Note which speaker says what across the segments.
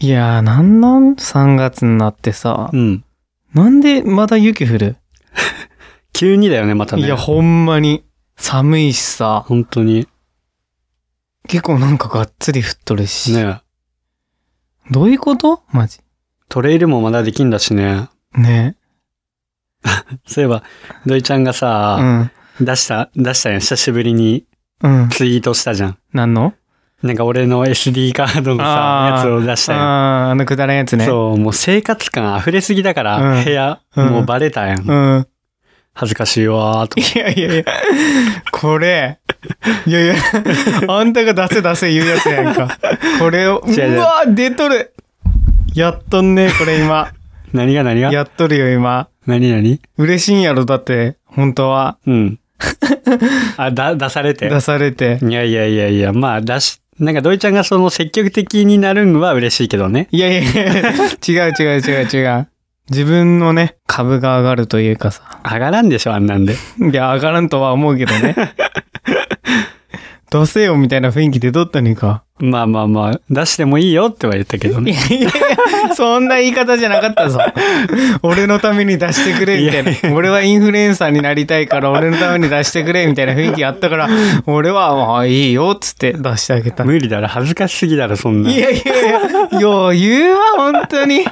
Speaker 1: いやー、なんなん ?3 月になってさ、
Speaker 2: うん。
Speaker 1: なんでまだ雪降る、
Speaker 2: 急にだよね、またね。
Speaker 1: いや、ほんまに。寒いしさ、
Speaker 2: 本当に。
Speaker 1: 結構なんかがっつり降っとるし。
Speaker 2: ね
Speaker 1: どういうことマジ。
Speaker 2: トレイルもまだできんだしね。
Speaker 1: ね
Speaker 2: そういえば、土井ちゃんが
Speaker 1: う
Speaker 2: さ、
Speaker 1: ん。
Speaker 2: 出した、出したやん。久しぶりに
Speaker 1: うん。
Speaker 2: ツイートしたじゃん。
Speaker 1: なんの
Speaker 2: なんか俺の SD カードのさ、
Speaker 1: あー
Speaker 2: やつを出したやん。
Speaker 1: あー、あのくだらんやつね。
Speaker 2: そう、もう生活感溢れすぎだから、
Speaker 1: うん
Speaker 2: 部屋、
Speaker 1: うん
Speaker 2: もうバレたやん。
Speaker 1: うん。
Speaker 2: 恥ずかしいわーと。
Speaker 1: いやいやいや、これ、いやいや、あんたが出せ出せ言うやつやんか。これを、う
Speaker 2: 違う違う
Speaker 1: わ出とるやっとんね、これ今。
Speaker 2: 何が何が
Speaker 1: やっとるよ、今。
Speaker 2: 何何
Speaker 1: 嬉しいんやろ、だって、本当は。
Speaker 2: うん。あ、だ、出されて。
Speaker 1: 出されて。
Speaker 2: いやいやいやいや、まあ出し、なんか土井ちゃんがその積極的になるんは嬉しいけどね。
Speaker 1: いやいやいや、違う違う違う違う。自分のね、株が上がるというかさ。
Speaker 2: 上がらんでしょ、あんなんで。
Speaker 1: いや、上がらんとは思うけどね。どうせよ、みたいな雰囲気出とったのにか。
Speaker 2: まあまあまあ、出してもいいよっては言ったけど
Speaker 1: い
Speaker 2: ね。
Speaker 1: やいやいや、そんな言い方じゃなかったぞ。俺のために出してくれ、みたい
Speaker 2: いや
Speaker 1: な。俺はインフルエンサーになりたいから、俺のために出してくれ、みたいな雰囲気あったから、俺は、もういいよ、つって出してあげた。
Speaker 2: 無理だろ、恥ずかしすぎだろ、そんな。
Speaker 1: いやいやいや、よう言うわ、本当に。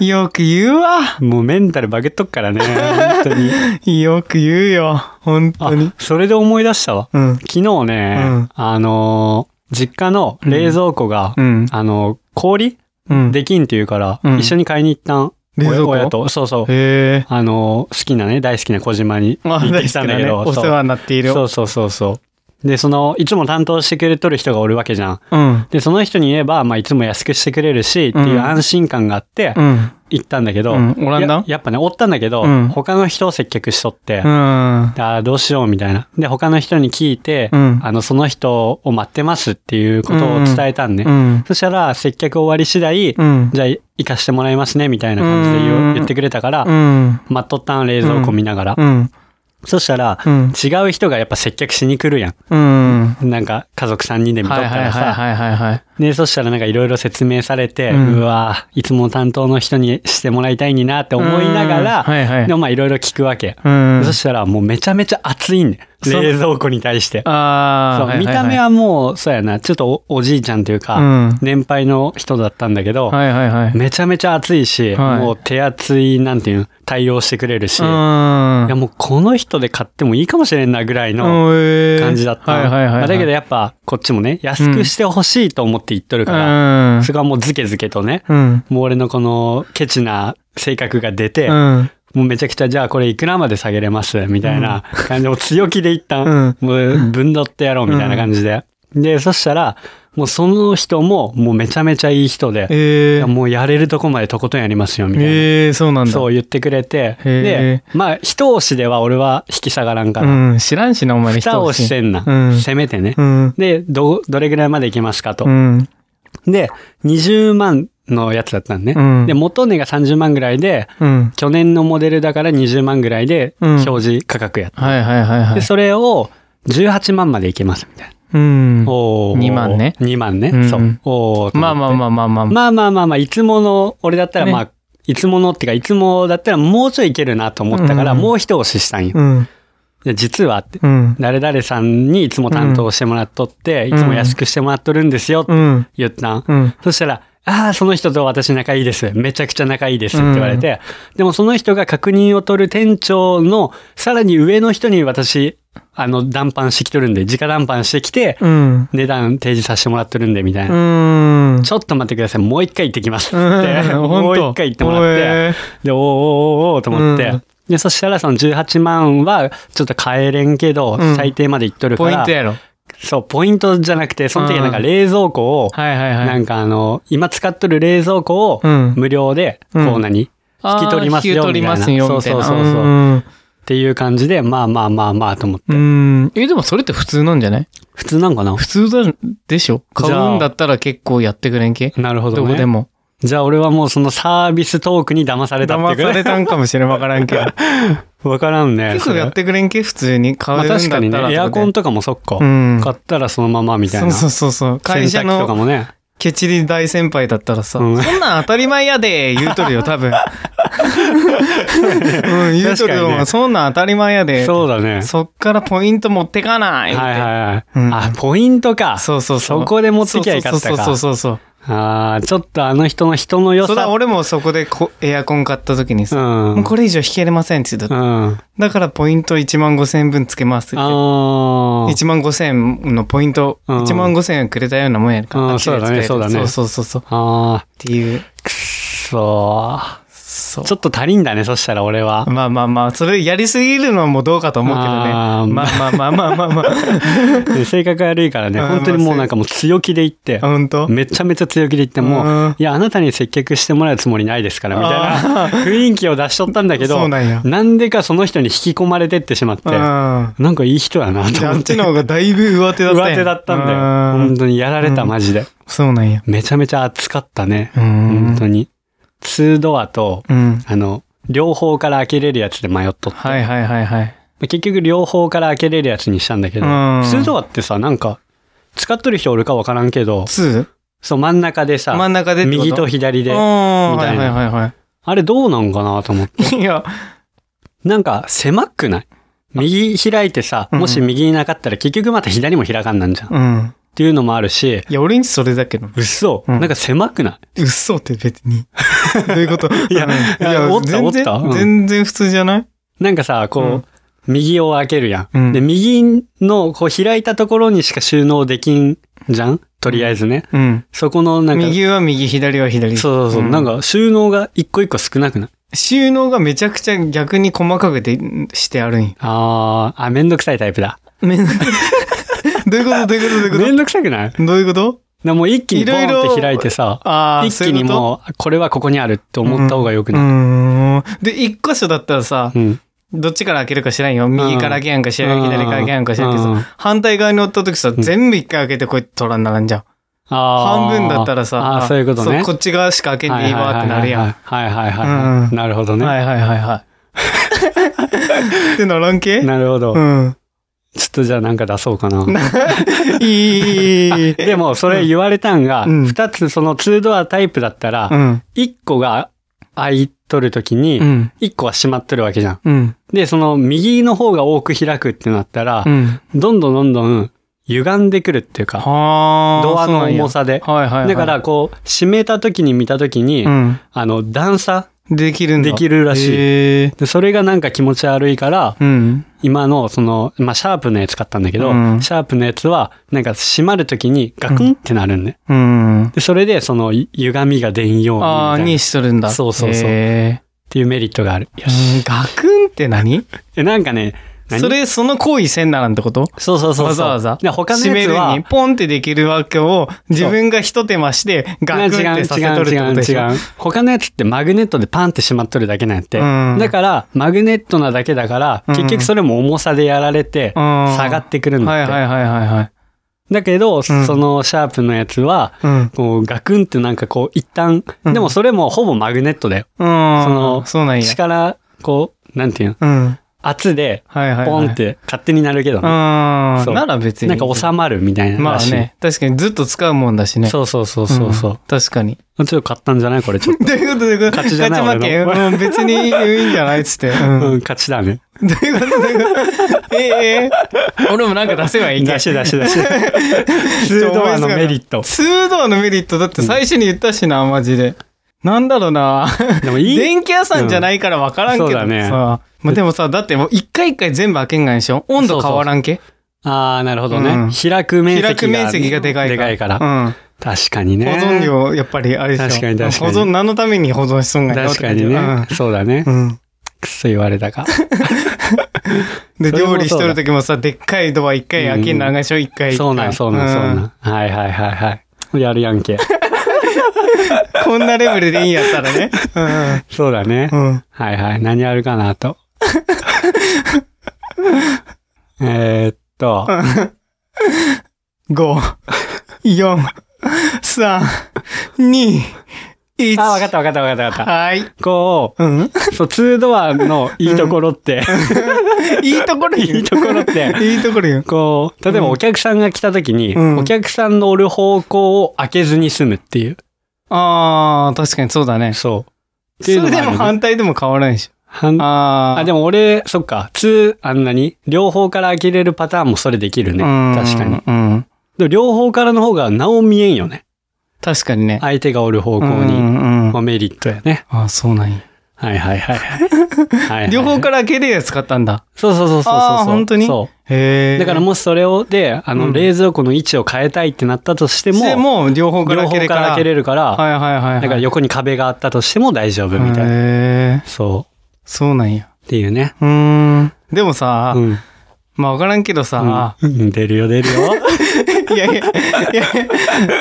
Speaker 1: よく言うわ。
Speaker 2: もうメンタルバゲっとく からね、本当に。
Speaker 1: よく言うよ、本当に
Speaker 2: あ。、それで思い出したわ。
Speaker 1: うん。
Speaker 2: 昨日ね、
Speaker 1: うん
Speaker 2: あのー実家の冷蔵庫が、
Speaker 1: うん。
Speaker 2: あのー氷
Speaker 1: うん。
Speaker 2: できんって言うから、
Speaker 1: うん
Speaker 2: 一緒に買いに行ったん。
Speaker 1: 冷蔵庫
Speaker 2: 親と、そうそう。
Speaker 1: へえ。
Speaker 2: あのー好きなね、大好きな小島に行
Speaker 1: まあ、
Speaker 2: っ
Speaker 1: 大
Speaker 2: て
Speaker 1: 好
Speaker 2: き
Speaker 1: き
Speaker 2: た
Speaker 1: だ
Speaker 2: んだけ
Speaker 1: ね。
Speaker 2: ど、
Speaker 1: お世
Speaker 2: そう
Speaker 1: 話になっている。
Speaker 2: そうそうそうそう。で、その、いつも担当してくれとる人がおるわけじゃん。
Speaker 1: うん。
Speaker 2: で、その人に言えば、まあ、いつも安くしてくれるし、っていう安心感があって
Speaker 1: う、ん。
Speaker 2: 行ったんだけど、
Speaker 1: うんおらんだ
Speaker 2: ややっぱね、おったんだけど、
Speaker 1: うん
Speaker 2: 他の人を接客しとって、
Speaker 1: うん。
Speaker 2: であーどうしようみたいな。で、他の人に聞いて、
Speaker 1: うん
Speaker 2: あの、その人を待ってますっていうことを伝えたんね。
Speaker 1: うん。
Speaker 2: そしたら、接客終わり次第、
Speaker 1: うん。
Speaker 2: じゃあ、行かしてもらいますね、みたいな感じで言う
Speaker 1: うん
Speaker 2: 言ってくれたから、
Speaker 1: うん。
Speaker 2: 待っとったん、冷蔵庫見ながら。
Speaker 1: うん。
Speaker 2: そしたら、
Speaker 1: うん。
Speaker 2: 違う人がやっぱ接客しに来るや
Speaker 1: うん。
Speaker 2: ん。なんか、家族3人で見とっ
Speaker 1: は
Speaker 2: た
Speaker 1: いはい
Speaker 2: ら
Speaker 1: はい
Speaker 2: さ。
Speaker 1: はいはいはい。
Speaker 2: で、そしたらなんかいろいろ説明されて、う
Speaker 1: うん
Speaker 2: わぁいつも担当の人にしてもらいたいになって思いながら、
Speaker 1: うんはいはい
Speaker 2: でもまあいろいろ聞くわけ。
Speaker 1: うん。
Speaker 2: そしたらもうめちゃめちゃ熱いんね。
Speaker 1: そう
Speaker 2: 冷蔵庫に対して。
Speaker 1: あ
Speaker 2: そ
Speaker 1: あ。
Speaker 2: う、見た目はもう、そうやな、ちょっとおおじいちゃんというか、
Speaker 1: うん
Speaker 2: 年配の人だったんだけど、
Speaker 1: はいはいはい。
Speaker 2: めちゃめちゃ熱いし、
Speaker 1: はい
Speaker 2: もう手厚い、なんていうの、対応してくれるし、いや
Speaker 1: う
Speaker 2: もうこの人で買ってもいいかもしれんなぐらいの
Speaker 1: ん。
Speaker 2: 感じだったの。
Speaker 1: はいはいはい
Speaker 2: ま
Speaker 1: は
Speaker 2: あ
Speaker 1: い。
Speaker 2: だけどやっぱこっちもね、安くしてほしいと思って言っとるから、
Speaker 1: うん。
Speaker 2: それがもうズケズケとね、
Speaker 1: うん。
Speaker 2: もう俺のこのケチな性格が出て、
Speaker 1: うん。
Speaker 2: もうめちゃくちゃ、じゃあこれいくらまで下げれますみたいな感じで、もう強気で一旦、もうぶんどってやろうみたいな感じで。で、そしたら、もうその人も、もうめちゃめちゃいい人で、い
Speaker 1: え
Speaker 2: や
Speaker 1: ー。
Speaker 2: もうやれるとこまでとことんやりますよ、みたいな。
Speaker 1: えー、そうなんだ。
Speaker 2: そう言ってくれて、
Speaker 1: へ
Speaker 2: で、まあ、一押しでは俺は引き下がらんか
Speaker 1: う
Speaker 2: ら、
Speaker 1: ん。知らんしな、お前
Speaker 2: 蓋をし
Speaker 1: ん。
Speaker 2: てんな
Speaker 1: う。ん
Speaker 2: せめてね
Speaker 1: う。ん。
Speaker 2: で、ど、どれぐらいまでいきますかと
Speaker 1: う。ん。
Speaker 2: で、20万のやつだったんね
Speaker 1: う。ん。
Speaker 2: で、元値が30万ぐらいで、
Speaker 1: うん。
Speaker 2: 去年のモデルだから20万ぐらいで
Speaker 1: うん
Speaker 2: 表示価格やった。
Speaker 1: はいはいはいは
Speaker 2: で、
Speaker 1: い。
Speaker 2: それを18万までいけますみたいな。
Speaker 1: うん。
Speaker 2: おお。
Speaker 1: 2万ね
Speaker 2: 2万ね。
Speaker 1: うん
Speaker 2: そう。おー
Speaker 1: まあまあまあまあまあ。
Speaker 2: まあまあまあまあ、いつもの、俺だったら
Speaker 1: ね
Speaker 2: まあ、いつものっていうか、いつもだったらもうちょいいけるなと思ったから、
Speaker 1: うんうん
Speaker 2: もう一押ししたんよ。
Speaker 1: うん。
Speaker 2: で実はって。
Speaker 1: うん。
Speaker 2: 誰々さんにいつも担当してもらっとって、
Speaker 1: うん
Speaker 2: いつも安くしてもらっとるんですよって
Speaker 1: うん。
Speaker 2: 言ったん。
Speaker 1: うん。
Speaker 2: そしたら、ああ、その人と私仲いいです。めちゃくちゃ仲いいですって言われて、でもその人が確認を取る店長のさらに上の人に私、あの、談判してきとるんで、直談判してきて、
Speaker 1: うん。
Speaker 2: 値段提示させてもらってるんで、みたいな。
Speaker 1: うん。
Speaker 2: ちょっと待ってください。もう一回行ってきます。って、
Speaker 1: うん
Speaker 2: もう一回行ってもらって、。で、おーおーおーおーと思って、
Speaker 1: うん
Speaker 2: で、そしたらその18万はちょっと買えれんけど、
Speaker 1: うん
Speaker 2: 最低まで行っとるか
Speaker 1: ポイ
Speaker 2: ら、
Speaker 1: ントやろ。
Speaker 2: そう、ポイントじゃなくて、その時はなんか冷蔵庫を、
Speaker 1: はいはいはい。
Speaker 2: なんかあの、今使っとる冷蔵庫を
Speaker 1: うん
Speaker 2: 無料で、こ
Speaker 1: うん
Speaker 2: う何、
Speaker 1: あー
Speaker 2: 引き取りますよ
Speaker 1: 引き取りますよ、
Speaker 2: み
Speaker 1: み
Speaker 2: た
Speaker 1: た
Speaker 2: い
Speaker 1: い
Speaker 2: な
Speaker 1: な。
Speaker 2: そうそうそうそう
Speaker 1: うん
Speaker 2: っていう感じで、まあまあまあまあと思って。
Speaker 1: うん。え、でもそれって普通なんじゃない
Speaker 2: 普通なんかな
Speaker 1: 普通だでしょ買うんだったら結構やってくれんけ
Speaker 2: なるほ
Speaker 1: ど
Speaker 2: ど
Speaker 1: こで
Speaker 2: ね。
Speaker 1: も。
Speaker 2: じゃあ俺はもうそのサービストークに騙されたって
Speaker 1: 騙
Speaker 2: く
Speaker 1: さ
Speaker 2: らい
Speaker 1: れたんかもしれん、わからんけど。
Speaker 2: わからんね。
Speaker 1: 結構やっ
Speaker 2: それ
Speaker 1: てくれんけ普通に。買
Speaker 2: ま
Speaker 1: う
Speaker 2: あ
Speaker 1: んだっ
Speaker 2: 確
Speaker 1: た
Speaker 2: からに
Speaker 1: とかで。
Speaker 2: ね、エアコンとかもそっか。
Speaker 1: うん。
Speaker 2: 買ったらそのままみたいな。
Speaker 1: そうそうそうそう。会社
Speaker 2: 洗濯機とか
Speaker 1: の
Speaker 2: もね。
Speaker 1: ケチり大先輩だったらさ、
Speaker 2: うん
Speaker 1: そんなん当たり前やで言うとるよ、多 分。うん、言うとる
Speaker 2: 確か
Speaker 1: よ、
Speaker 2: にね
Speaker 1: そんなん当たり前やで。
Speaker 2: そうだね。
Speaker 1: そっからポイント持ってかないって。
Speaker 2: はいはいはい。
Speaker 1: うん
Speaker 2: あ、ポイントか。
Speaker 1: そうそうそう。
Speaker 2: そこで持ってきゃいかったか。
Speaker 1: そうそうそうそう
Speaker 2: ああ、ちょっとあの人の人の
Speaker 1: そう。
Speaker 2: 良
Speaker 1: そ
Speaker 2: さ。
Speaker 1: うだ、俺もそこでこエアコン買った時に
Speaker 2: う
Speaker 1: さ、
Speaker 2: ん。
Speaker 1: もうこれ以上引けれませんって言って
Speaker 2: う
Speaker 1: た。
Speaker 2: ん。あ
Speaker 1: だからポイント1万5千分つけますって言って。1
Speaker 2: あ。
Speaker 1: 万5千のポイント、
Speaker 2: うん
Speaker 1: 1万5千円くれたようなもんやん
Speaker 2: う
Speaker 1: か。
Speaker 2: ん
Speaker 1: あっちが作れた
Speaker 2: そうだねそうだね
Speaker 1: そうそうそうそう。っ
Speaker 2: ああ、
Speaker 1: ていう。
Speaker 2: くっそー。
Speaker 1: そう
Speaker 2: ちょっと足りんだね、そしたら俺は。
Speaker 1: まあまあまあ、それやりすぎるのもどうかと思うけどね。
Speaker 2: あー
Speaker 1: まあまあまあまあまあまあ。
Speaker 2: で性格悪いからね、
Speaker 1: うん
Speaker 2: 本当にもうなんかもう強気で言って、
Speaker 1: ほんと
Speaker 2: めちゃめちゃ強気で言っても、
Speaker 1: うん
Speaker 2: いや、あなたに接客してもらうつもりないですから、みたいな 雰囲気を出しとったんだけ
Speaker 1: そ
Speaker 2: ど、
Speaker 1: うなんや
Speaker 2: なんでかその人に引き込まれてってしまって、
Speaker 1: うん。あ
Speaker 2: なんかいい人やなと思
Speaker 1: っ
Speaker 2: って
Speaker 1: ち。の方がだいぶ上手だった
Speaker 2: 上手だったんだよ。
Speaker 1: う
Speaker 2: 本
Speaker 1: ん
Speaker 2: 当にやられた、
Speaker 1: うん
Speaker 2: マジで。
Speaker 1: そうなんや。
Speaker 2: めちゃめちゃ暑かったね。
Speaker 1: うん
Speaker 2: 本当に。2ドアと、
Speaker 1: うん。
Speaker 2: あの、両方から開けれるやつで迷っとって。
Speaker 1: はいはいはいはい。
Speaker 2: 結局両方から開けれるやつにしたんだけど、
Speaker 1: うん
Speaker 2: 2ドアってさ、なんか、使っとる人おるかわからんけど、
Speaker 1: 2?
Speaker 2: そう真ん中でさ、
Speaker 1: 真ん中でってこと
Speaker 2: 右と左で、
Speaker 1: うん
Speaker 2: みたいな
Speaker 1: はいはいは
Speaker 2: あれどうなんかなと思って。
Speaker 1: いはい。いや、
Speaker 2: なんか狭くない右開いてさ、
Speaker 1: うん
Speaker 2: もし右になかったら結局また左も開かんなんじゃん。っ
Speaker 1: うん。
Speaker 2: ていうのもあるし、
Speaker 1: いや、俺んちそれだけど。
Speaker 2: 嘘、
Speaker 1: うん
Speaker 2: なんか狭くない
Speaker 1: 嘘って別 に。どういうこと
Speaker 2: いや
Speaker 1: うん
Speaker 2: いやおったお
Speaker 1: 全
Speaker 2: ったう
Speaker 1: 然、
Speaker 2: ん
Speaker 1: 全然普通じゃない
Speaker 2: なんかさ、こう、
Speaker 1: うん
Speaker 2: 右を開けるや
Speaker 1: う
Speaker 2: ん。
Speaker 1: ん
Speaker 2: で、右のこう開いたところにしか収納できんじゃんとりあえずね。
Speaker 1: うん。
Speaker 2: そこのなんか、
Speaker 1: 右は右、左は左。
Speaker 2: そうそうそう、
Speaker 1: ん
Speaker 2: なんか収納が一個一個少なくない
Speaker 1: 収納がめちゃくちゃ逆に細かくでしてあるんよ。
Speaker 2: あー、あ、めんどくさいタイプだ。
Speaker 1: めん どういうことどういうことどういうん
Speaker 2: め
Speaker 1: こ
Speaker 2: どくさくない
Speaker 1: とどういうこと
Speaker 2: でもう一気にボー
Speaker 1: いろ
Speaker 2: ン
Speaker 1: い
Speaker 2: っ
Speaker 1: ろ
Speaker 2: て開いてさ、
Speaker 1: ああ、
Speaker 2: 一気
Speaker 1: そう
Speaker 2: に
Speaker 1: いうこ
Speaker 2: もう、これはここにあるって
Speaker 1: と
Speaker 2: 思った方がよく
Speaker 1: う
Speaker 2: ない、
Speaker 1: んうーんで、一箇所だったらさ
Speaker 2: う、ん
Speaker 1: どっちから開けるか知らんよ。右から開けやんか知らん、
Speaker 2: うん
Speaker 1: 左から開けやんか知らんけど
Speaker 2: うん
Speaker 1: さ、反対側に乗った時さ、
Speaker 2: ん
Speaker 1: 全部一回開けてこうやって取らんならんじゃん。
Speaker 2: あ
Speaker 1: 半
Speaker 2: ー
Speaker 1: 分だったらさ、
Speaker 2: あーそういうことね。
Speaker 1: こっち側しか開けんでいいわってなるやん。は
Speaker 2: はいはいはいはいはい。
Speaker 1: うん
Speaker 2: なるほど
Speaker 1: い
Speaker 2: ね。
Speaker 1: はいはいはい。ってならんけ
Speaker 2: なるほど。
Speaker 1: うん。
Speaker 2: ちょっとじゃあなんか出そうかな。
Speaker 1: いいいいいいいい。
Speaker 2: でも、それ言われたんが、
Speaker 1: うん
Speaker 2: 二つその2ドアタイプだった
Speaker 1: う
Speaker 2: ら、
Speaker 1: ん。
Speaker 2: 一個が開いとるとき
Speaker 1: う
Speaker 2: に、
Speaker 1: ん。
Speaker 2: 一個は閉まってるわけじゃん。
Speaker 1: うん。
Speaker 2: で、その右の方が多く開くってなったら
Speaker 1: う、ん。
Speaker 2: どんどんどんどん歪んでくるっていうか、
Speaker 1: はあ。
Speaker 2: ドアの重
Speaker 1: さ。
Speaker 2: さで。
Speaker 1: はいはいはい。
Speaker 2: だから、こう、閉めた時に見た時に、
Speaker 1: うん。
Speaker 2: あの、段差
Speaker 1: できるんだ。
Speaker 2: できるらしい。
Speaker 1: へえ
Speaker 2: でそれがなんか気持ち悪いから、
Speaker 1: うん。
Speaker 2: 今の、その、まあ、シャープのやつ買ったんだけど、
Speaker 1: うん
Speaker 2: シャープのやつは、なんか閉まるときにガクンってなるんね。
Speaker 1: うん。
Speaker 2: で、それで、その、い歪みが出んようにみ
Speaker 1: ああ、
Speaker 2: たいな。
Speaker 1: に
Speaker 2: っ
Speaker 1: しとるんだ。
Speaker 2: そうそうそう
Speaker 1: へ
Speaker 2: ていうメリットがある。よ
Speaker 1: え
Speaker 2: し。
Speaker 1: うんガクンって何
Speaker 2: え、なんかね、何
Speaker 1: それ、その行為せんならんってこと
Speaker 2: そうそうそうそう。
Speaker 1: わざわざ。
Speaker 2: で、他の
Speaker 1: 閉
Speaker 2: や
Speaker 1: め
Speaker 2: つ
Speaker 1: るに
Speaker 2: は、
Speaker 1: ポンってできるわけを、自分が一手間して、ガクンってさせとるってことでしょ
Speaker 2: 違う違う違う他のやつってマグネットでパンってしまっとるだけなんやって。
Speaker 1: うん
Speaker 2: だから、マグネットなだけだから、
Speaker 1: うん
Speaker 2: 結局それも重さでやられ
Speaker 1: う
Speaker 2: て、
Speaker 1: ん
Speaker 2: 下がってくるんだ
Speaker 1: は
Speaker 2: っ
Speaker 1: い
Speaker 2: て。
Speaker 1: はいはいはいはい。
Speaker 2: だけど、そのシャープのやつは、
Speaker 1: うん。
Speaker 2: こうガクンってなんかこう一旦、
Speaker 1: うん
Speaker 2: でもそれもほぼマグネットだよ。その
Speaker 1: うん。そうなんや。
Speaker 2: 力、こう、なんていうの
Speaker 1: うん。はい
Speaker 2: 圧で、
Speaker 1: はいはい。
Speaker 2: ポンっ。て勝手になるけど
Speaker 1: うん。
Speaker 2: ね、そう
Speaker 1: なら別に。
Speaker 2: なんか収まるみたいな
Speaker 1: ま
Speaker 2: ら
Speaker 1: あ
Speaker 2: しい。
Speaker 1: ね。確かにずっと使うもんだしね。
Speaker 2: そうそうそうそうそう
Speaker 1: うん。確かに。
Speaker 2: ちょっと買ったんじゃないこれちょっと。
Speaker 1: ということで、
Speaker 2: 勝ちじゃない
Speaker 1: 勝ち負け。
Speaker 2: 俺
Speaker 1: うん別にいいんじゃないっつって。う
Speaker 2: うんん、勝ちだね。
Speaker 1: どういうことどういうことええええ俺もなんか出せばいいけ
Speaker 2: 出
Speaker 1: ど。
Speaker 2: し出し出 し。ツードアのメリット。
Speaker 1: ツードアのメリットだって最初に言ったしな、マジで。なんだろうな。
Speaker 2: でもいい。
Speaker 1: 電気屋さんじゃないから分からんけど
Speaker 2: うんそう
Speaker 1: さ。
Speaker 2: だね
Speaker 1: まあでもさ、だってもう一回一回全部開けんがんでしょ温度変わらんけ
Speaker 2: ああ、なるほどね、
Speaker 1: うん
Speaker 2: 開く面積が。
Speaker 1: 開く面積がでかいから。
Speaker 2: から。
Speaker 1: うん。
Speaker 2: 確かにね。
Speaker 1: 保存量、やっぱりあれでしょ。
Speaker 2: 確かに確かに
Speaker 1: 保存、何のために保存しとんがんよ
Speaker 2: 確かにね、そうだね
Speaker 1: う。ん。うん
Speaker 2: くっそ言われたか。
Speaker 1: で、
Speaker 2: それもそ
Speaker 1: 料
Speaker 2: うだ
Speaker 1: 理しとる時もさ、でっかいドア一回開けんなあがんでしょ一回一回。
Speaker 2: そうなん、そうなん、そうなんん。はいはいはいはい。やるやん け。
Speaker 1: こんなレベルでいいんやったら ね。
Speaker 2: そうだね。
Speaker 1: うん。うん。
Speaker 2: はいはい。何あるかな と。えーっと、
Speaker 1: 5、4、3、2、一
Speaker 2: あ、わかったわかったわかったわかった。
Speaker 1: はい。
Speaker 2: こ
Speaker 1: うん。
Speaker 2: う、そう、ツードアのいいところって、
Speaker 1: いいところ言う。
Speaker 2: いいところって。
Speaker 1: いいところ言う。
Speaker 2: こう、例えばお客さんが来た時に、
Speaker 1: うん
Speaker 2: お客さんのおる方向を開けずに済むっていう。
Speaker 1: ああ、確かにそうだね。
Speaker 2: そう。っ
Speaker 1: そ
Speaker 2: ていうの
Speaker 1: れ
Speaker 2: が
Speaker 1: で
Speaker 2: ある
Speaker 1: も反対でも変わらないでし
Speaker 2: はん
Speaker 1: ょ。ああ。
Speaker 2: あ、で
Speaker 1: も、
Speaker 2: も俺、そっか、ツー、あんなに、両方から開けれるパターンもそれできるね。確かに。。
Speaker 1: うん。
Speaker 2: でも両方からの方が、なお見えんよね。
Speaker 1: 確かにね。
Speaker 2: 相手がおる方
Speaker 1: こ
Speaker 2: 向に。
Speaker 1: に
Speaker 2: まあ、メリットやね。
Speaker 1: ああ、そうなんや。
Speaker 2: はいはいはいはい。はいはい
Speaker 1: 両方から開けるやつ買ったんだ。
Speaker 2: そうそうそうそうそう。
Speaker 1: あー本当に
Speaker 2: そう。
Speaker 1: へえ。
Speaker 2: だからもしそれを、で、あ
Speaker 1: う
Speaker 2: の、
Speaker 1: ん
Speaker 2: 冷蔵庫の位置を変えたいってなったとして
Speaker 1: う、で
Speaker 2: も、
Speaker 1: も、両方
Speaker 2: 両
Speaker 1: から
Speaker 2: 方
Speaker 1: 開けるか
Speaker 2: か
Speaker 1: らら。
Speaker 2: 開けれるから、
Speaker 1: はいはいはいはい。
Speaker 2: だから横に壁があったとしても大丈夫みた
Speaker 1: へ
Speaker 2: いな。
Speaker 1: え。
Speaker 2: そ
Speaker 1: そうなんや。
Speaker 2: う。っていうね。
Speaker 1: うーん。でもさ
Speaker 2: う、ん。
Speaker 1: まあわからんけどさ、
Speaker 2: うん出るよ出る よ。
Speaker 1: いやいや、いやいや、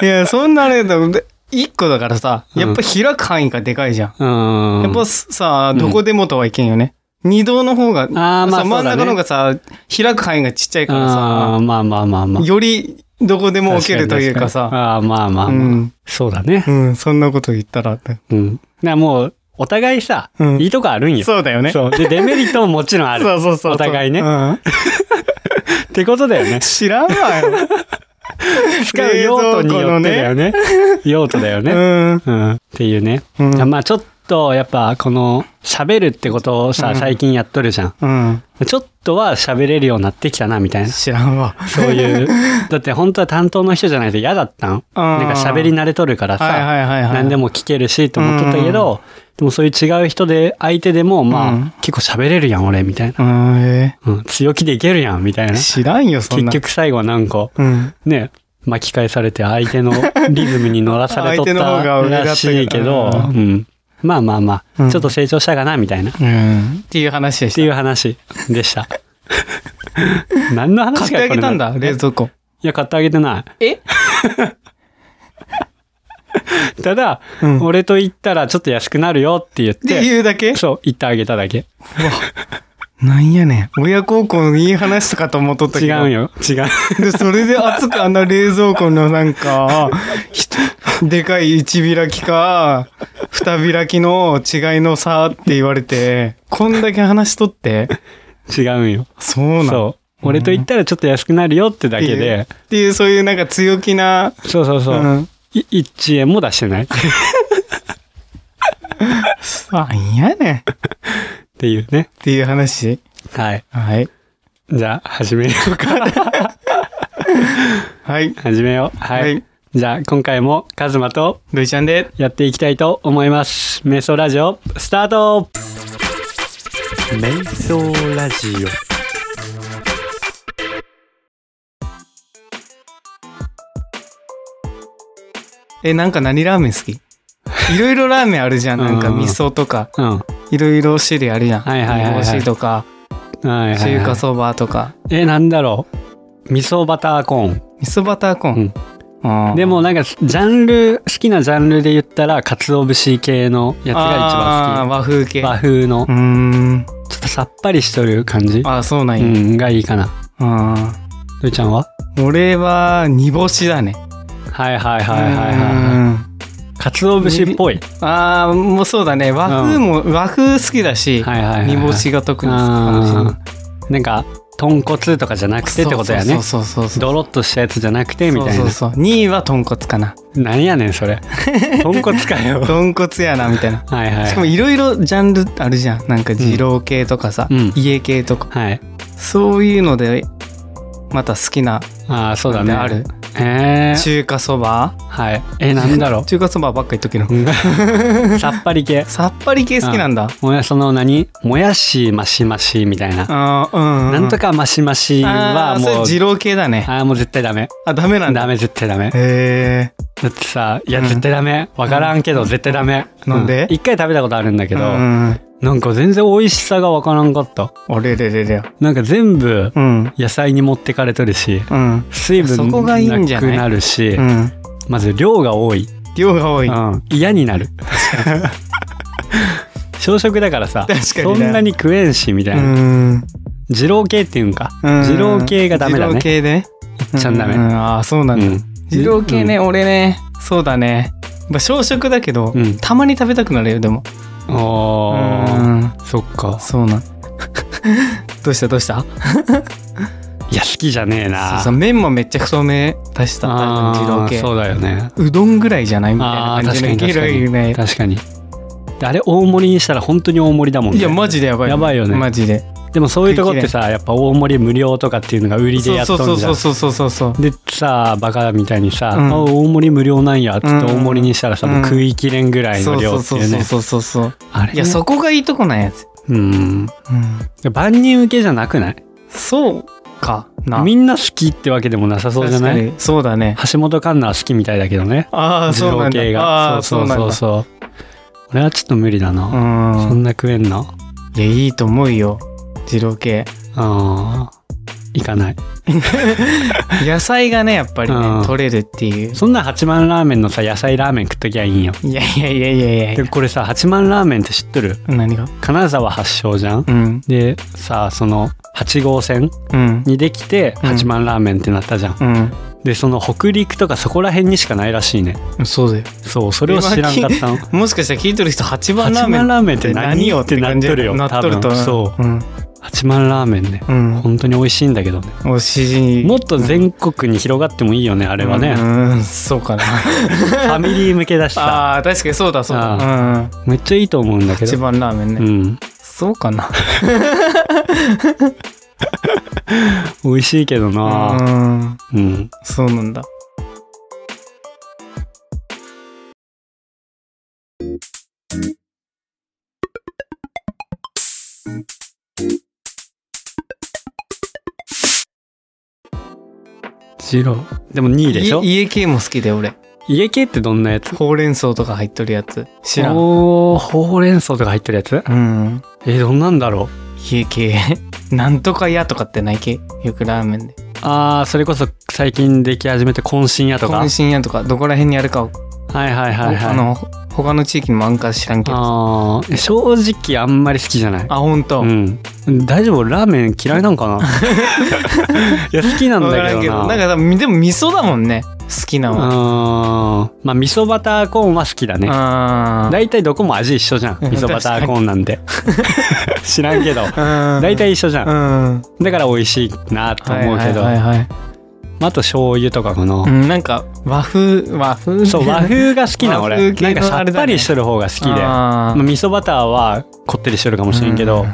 Speaker 1: いやそんなあれだと、で一個だからさ、やっぱ開く範囲がでかいじゃん。
Speaker 2: うん。
Speaker 1: やっぱさ、どこでもとはいけんよね。二度の方が、
Speaker 2: あーまあ
Speaker 1: さ真ん中の方がさ、開く範囲がちっちゃいから
Speaker 2: あ
Speaker 1: さ
Speaker 2: ー、まあまあまあまあ。
Speaker 1: よりどこでも置けるというか
Speaker 2: 確に確かに
Speaker 1: さ、
Speaker 2: ああ、まあまあ
Speaker 1: う
Speaker 2: まあ、
Speaker 1: ん、
Speaker 2: そうだね
Speaker 1: う。ん、そんなこと言ったら、
Speaker 2: うん。だからもう、お互いさ、
Speaker 1: うん
Speaker 2: いいとこあるんよ。
Speaker 1: そうだよね。
Speaker 2: そう。で、デメリットももちろんある。
Speaker 1: そうそうそう。
Speaker 2: お互いね
Speaker 1: うん
Speaker 2: ってことだよね。
Speaker 1: 知らんわ よ。
Speaker 2: 使う用途によってだ よね。用途だよね。
Speaker 1: うん。
Speaker 2: うん。っていうね。
Speaker 1: うん
Speaker 2: あまあちょっと、やっぱ、この、喋るってことを
Speaker 1: う
Speaker 2: さ、
Speaker 1: ん
Speaker 2: 最近やっとるじゃん。
Speaker 1: うん。
Speaker 2: ちょっとは喋れるようになってきたな、みたいな。
Speaker 1: 知らんわ。
Speaker 2: そう いう。だって本当は担当の人じゃないと嫌だったん。
Speaker 1: あー
Speaker 2: なんか喋り慣れとるからさ、
Speaker 1: はいはいはいはい。
Speaker 2: 何で
Speaker 1: も。
Speaker 2: も聞けるしと思っとったけど、でもそういう違う人で、相手でも、まあ、
Speaker 1: うん
Speaker 2: 結構喋れるやん、俺、みたいな。
Speaker 1: うん、え
Speaker 2: うん、強気でいけるやん、みたいな。
Speaker 1: ー
Speaker 2: 結
Speaker 1: 知らんよ、そんな。。
Speaker 2: 局最後はなんか、
Speaker 1: うん。
Speaker 2: ね、巻き返されて相手のリズムに乗らされと
Speaker 1: 相
Speaker 2: っ
Speaker 1: 手の方
Speaker 2: た
Speaker 1: が上だったから
Speaker 2: らしいけど、
Speaker 1: う
Speaker 2: うん。まあまあま
Speaker 1: う
Speaker 2: あ、
Speaker 1: ん
Speaker 2: ちょっと成長したかな、みたいな。っ
Speaker 1: うん。っていう話でしてた。
Speaker 2: いう話 でした。何の
Speaker 1: 買っ
Speaker 2: 話
Speaker 1: て
Speaker 2: か
Speaker 1: あげたん
Speaker 2: こ
Speaker 1: だ、
Speaker 2: れ
Speaker 1: 冷蔵庫。
Speaker 2: いや、買ってあげてない。
Speaker 1: え
Speaker 2: ただ、
Speaker 1: うん
Speaker 2: 俺と行ったらちょっと安くなるよって言っ
Speaker 1: って
Speaker 2: て、
Speaker 1: いうだけ
Speaker 2: そう、行ってあげただけ。
Speaker 1: なんやねん。親孝行のいい話とかと思っとったけ
Speaker 2: 違
Speaker 1: ど。
Speaker 2: うよ。違う。
Speaker 1: で、それで熱くあんな冷蔵庫のなんか、ひでかい1開きか、2開きの違いの差って言われて、こんだけ話しとって、
Speaker 2: 違うよ。
Speaker 1: そうなん
Speaker 2: そう。俺と行ったらちょっと安くなるよってだ
Speaker 1: ってい
Speaker 2: け
Speaker 1: う
Speaker 2: で、
Speaker 1: っていう、そういうなんか強気な、
Speaker 2: そうそうそうう。
Speaker 1: ん。
Speaker 2: い1円も出してない。っ
Speaker 1: あ、いやねん。って
Speaker 2: いうね。
Speaker 1: ていう話。
Speaker 2: はい。
Speaker 1: はい。
Speaker 2: じゃあ、始めよう か。
Speaker 1: はい。
Speaker 2: 始めよう。は
Speaker 1: はいい。
Speaker 2: じゃあ、今回も、カズマと
Speaker 1: ルイちゃんで、
Speaker 2: やっていきたいと思います。メソラジオ、スタート
Speaker 3: 瞑想ラジオ
Speaker 1: え、なんか何ラーメン好きいろいろラーメンあるじゃん。なんか
Speaker 2: うん
Speaker 1: 味噌とか、
Speaker 2: うん。はい
Speaker 1: ろいろ種類あるじゃん。
Speaker 2: はいはいはいはい
Speaker 1: 煮干しとか、
Speaker 2: いはい、
Speaker 1: 中華
Speaker 2: はい。
Speaker 1: そばとか。
Speaker 2: え、なんだろう。味噌バターコーン。
Speaker 1: 味噌バターコーン。あー
Speaker 2: でもなんかジャンル好きなジャンルで言ったら鰹節系のやつが一
Speaker 1: あー
Speaker 2: 番好
Speaker 1: 和風
Speaker 2: き
Speaker 1: 系。
Speaker 2: 和風の
Speaker 1: うーん。
Speaker 2: ちょっとさっぱりしとる感じ、
Speaker 1: あー、そうなん
Speaker 2: う
Speaker 1: や。
Speaker 2: ん、がいいかな
Speaker 1: あ
Speaker 2: るいちゃんは
Speaker 1: ー俺は、煮干しだね。
Speaker 2: はいはいはいはいはい
Speaker 1: うん
Speaker 2: 鰹節っぽい
Speaker 1: ああもうそうだね和風も、和風好きだし、
Speaker 2: はいはいはいはい
Speaker 1: 煮干しが特に好きかもしれない
Speaker 2: あーなんか豚骨とかじゃなくてってことやね
Speaker 1: そうそうそうそう
Speaker 2: ドロッとしたやつじゃなくてみたい
Speaker 1: そう
Speaker 2: な
Speaker 1: そうそう2位は豚骨か な
Speaker 2: なんやねん それ豚骨かよ
Speaker 1: 豚骨やなみたいな
Speaker 2: はいは
Speaker 1: しかも
Speaker 2: い
Speaker 1: いろいろジャンルあるじゃんなんか二郎系とかさ、
Speaker 2: うん
Speaker 1: 家系とか
Speaker 2: はい
Speaker 1: そういうのでまた好きな
Speaker 2: ああそうだ
Speaker 1: の
Speaker 2: ね
Speaker 1: ある、
Speaker 2: えー、
Speaker 1: 中華そば
Speaker 2: はいえなんだろ う
Speaker 1: 中華そばばっか言っとけの、
Speaker 2: さっぱり系
Speaker 1: さっぱり系好きなんだ、
Speaker 2: もやその何もやしマシマシみたいな、
Speaker 1: あーうんうん
Speaker 2: なんとかマシマシ
Speaker 1: あ
Speaker 2: は
Speaker 1: ーそ
Speaker 2: もう
Speaker 1: れ二郎系だね
Speaker 2: ああもう絶対ダメ
Speaker 1: あダメなんだ
Speaker 2: ダメ絶対ダメ
Speaker 1: へえ
Speaker 2: だってさいや
Speaker 1: うん
Speaker 2: 絶対ダメわからんけど絶対ダメ
Speaker 1: なんで
Speaker 2: う一回食べたことあるんだけど、
Speaker 1: うん、
Speaker 2: なんか全然美味しさがわからんかった
Speaker 1: あれれれれ
Speaker 2: なんか全部
Speaker 1: うん
Speaker 2: 野菜に持ってかれとるし
Speaker 1: うん
Speaker 2: 水分
Speaker 1: そこがいいんじ
Speaker 2: な
Speaker 1: ゃない
Speaker 2: くなるし
Speaker 1: うん
Speaker 2: まず量が多い、
Speaker 1: 量が多
Speaker 2: う
Speaker 1: い
Speaker 2: ん、嫌になる小食だからさ
Speaker 1: 確かに
Speaker 2: そ
Speaker 1: ね
Speaker 2: んなに食えんしみたいな、
Speaker 1: うん
Speaker 2: 二郎系っていうんか。
Speaker 1: うん
Speaker 2: 二郎系がダメだ
Speaker 1: 二郎
Speaker 2: ね。
Speaker 1: 系で
Speaker 2: ちゃんダメ
Speaker 1: ううああそうなんだ
Speaker 2: うん
Speaker 1: 二郎系ね
Speaker 2: う
Speaker 1: 俺ねそうだねまあ、小食だけど、
Speaker 2: うん
Speaker 1: たまに食べたくなるよでも
Speaker 2: あ
Speaker 1: うん
Speaker 2: あ、そっか。
Speaker 1: そうなん どうしたどうした
Speaker 2: いや、好きじゃねえ
Speaker 1: そう
Speaker 2: な。
Speaker 1: さ麺もめっちゃ太め足した
Speaker 2: あ
Speaker 1: 二郎
Speaker 2: ー
Speaker 1: 系
Speaker 2: そうだよね。
Speaker 1: うどんぐらいじゃないみたい
Speaker 2: ああ、
Speaker 1: な感じ
Speaker 2: 確か
Speaker 1: の
Speaker 2: に確か
Speaker 1: 広いね
Speaker 2: に。確かに。であれ大盛りにしたら本当に大盛りだもんね。
Speaker 1: いやマジでやばい、
Speaker 2: やばいよね
Speaker 1: マジで
Speaker 2: でもそういうとこってさ、やっぱ大盛り無料とかっていうのが売りでやっと
Speaker 1: そ
Speaker 2: ん
Speaker 1: う
Speaker 2: じ
Speaker 1: そ
Speaker 2: ゃん
Speaker 1: う。そうそうそうそう
Speaker 2: でさバカみたいにさ、
Speaker 1: うん
Speaker 2: あ大盛り無料なんやっつって
Speaker 1: うん
Speaker 2: 大盛りにしたらさ、もう食いきれんぐらい
Speaker 1: そ
Speaker 2: の
Speaker 1: う
Speaker 2: 量
Speaker 1: そう
Speaker 2: っ
Speaker 1: そ
Speaker 2: ていううね
Speaker 1: そうそうそう
Speaker 2: あれね
Speaker 1: いやそこがいいとこなんやつ、
Speaker 2: うん
Speaker 1: うん、
Speaker 2: 万人受けじゃなくない
Speaker 1: そうかな
Speaker 2: みんな好きってわけでもなさそうじゃない
Speaker 1: 確かにそうだね
Speaker 2: 橋本環奈は好きみたいだけどね
Speaker 1: ああ
Speaker 2: 二
Speaker 1: そうな
Speaker 2: 郎
Speaker 1: んだ
Speaker 2: 系
Speaker 1: あ
Speaker 2: が
Speaker 1: あ
Speaker 2: そう
Speaker 1: な
Speaker 2: そ
Speaker 1: ん
Speaker 2: うそう
Speaker 1: だ
Speaker 2: そう俺はちょっと無理だ
Speaker 1: う
Speaker 2: な、そ
Speaker 1: ん
Speaker 2: んな食えんの
Speaker 1: いやいいと思うよ二郎系
Speaker 2: ああいかない
Speaker 1: 野菜がねやっぱり
Speaker 2: う
Speaker 1: ね
Speaker 2: ん
Speaker 1: 取れるっていう
Speaker 2: そんな八幡ラーメンのさ野菜ラーメン食っときゃいいんよ
Speaker 1: いやいやいやいやいやい
Speaker 2: でこれさ八幡ラーメンって知っとる
Speaker 1: や何が
Speaker 2: 金沢発祥じゃん
Speaker 1: うん
Speaker 2: でさその8号線
Speaker 1: うん
Speaker 2: にできて
Speaker 1: うん
Speaker 2: 八幡ラーメンってなったじゃん、
Speaker 1: う
Speaker 2: でその北陸とかそこら辺にしかないらしいね
Speaker 1: んそうだよ
Speaker 2: そうそれを知らんかったの
Speaker 1: もしかしたら聞いてる人八番ラー
Speaker 2: 八
Speaker 1: メ
Speaker 2: 幡
Speaker 1: ン
Speaker 2: ラーメンって何よってなっとるよ
Speaker 1: なっ
Speaker 2: 多
Speaker 1: とると
Speaker 2: 分
Speaker 1: 思
Speaker 2: そう
Speaker 1: うん
Speaker 2: 八幡ラーメンね
Speaker 1: うん
Speaker 2: 本当に美味しいんだけどね
Speaker 1: おしじ
Speaker 2: もっと全国に広がってもいいよねあれはね、
Speaker 1: う
Speaker 2: フ
Speaker 1: んうんそうか な
Speaker 2: ァミリー向けだしさ
Speaker 1: あー確かにそうだそうだう
Speaker 2: あ
Speaker 1: んうん
Speaker 2: めっちゃいいと思うんだけ
Speaker 1: 八
Speaker 2: ど、
Speaker 1: 番ラーメン
Speaker 2: う
Speaker 1: ね
Speaker 2: ん、
Speaker 1: そうかな
Speaker 2: 美味しいけどな
Speaker 1: うん
Speaker 2: うん
Speaker 1: そうなんだ
Speaker 2: 白でも2位でしょ
Speaker 1: い家系も好きで俺
Speaker 2: 家系ってどんなやつ
Speaker 1: ほうれん草とか入っとるやつ知らん
Speaker 2: おーほうれん草とか入ってるやつ
Speaker 1: うん
Speaker 2: えどんなんだろう
Speaker 1: 家系 なんとか屋とかってない系よくラーメンで
Speaker 2: ああそれこそ最近でき始めて渾身屋とかは
Speaker 1: 渾
Speaker 2: い
Speaker 1: 身屋とかどこら辺にあるかを
Speaker 2: はいはいはい
Speaker 1: あのほ他の地域にもあんか知らんけど
Speaker 2: あー正直あんまり好きじゃない
Speaker 1: あ本当。
Speaker 2: うん大丈夫ラーメン嫌いなん かないや好きなん
Speaker 1: わ
Speaker 2: だ
Speaker 1: からん
Speaker 2: け
Speaker 1: け
Speaker 2: ど
Speaker 1: ど
Speaker 2: な
Speaker 1: なんかさでも味噌だもんね好きな
Speaker 2: う
Speaker 1: のは
Speaker 2: ーんまあ味噌バターコーンは好きだね
Speaker 1: あ
Speaker 2: 大体どこも味一緒じゃん
Speaker 1: うん
Speaker 2: 味噌バターコーンなんて知らんけど
Speaker 1: あ
Speaker 2: 大体一緒じゃ
Speaker 1: うんん
Speaker 2: だから美味しいなと思うけど
Speaker 1: はいはいはいはい
Speaker 2: まああと醤油とかかな
Speaker 1: うんなんか和風和風
Speaker 2: そう和風が好きな
Speaker 1: 和
Speaker 2: 俺
Speaker 1: 風系
Speaker 2: な
Speaker 1: の
Speaker 2: んかさっぱりしてる方が好きで
Speaker 1: あ
Speaker 2: まあ、味噌バターはこってりしてるかもしれんけど、
Speaker 1: うん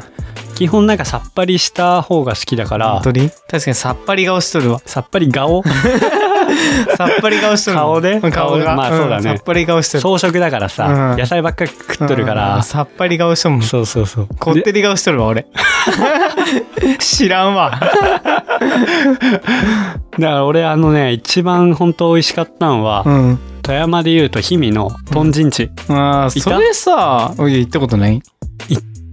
Speaker 2: 基本なんかさっぱりした方が好きだか
Speaker 1: ー
Speaker 2: ら
Speaker 1: 本当に確かにさっぱり顔しとるわ
Speaker 2: さっぱ り顔
Speaker 1: さっぱり顔しとる
Speaker 2: 顔で
Speaker 1: うん顔
Speaker 2: 顔が
Speaker 1: が
Speaker 2: まあそうだね
Speaker 1: んさっぱり顔しとる
Speaker 2: 装飾だからさ、
Speaker 1: うん
Speaker 2: 野菜ばっかり食っとるか
Speaker 1: う
Speaker 2: ら
Speaker 1: ん、さっぱり顔しとるもん
Speaker 2: そうそうそう
Speaker 1: こって
Speaker 2: で
Speaker 1: り顔しとるわ俺 知らんわ
Speaker 2: だから俺あのね一番本当美味しかったんは、
Speaker 1: うん
Speaker 2: 富山でいうと氷見の豚陣地行
Speaker 1: あー
Speaker 2: いた
Speaker 1: それさいや行ったことない
Speaker 2: っ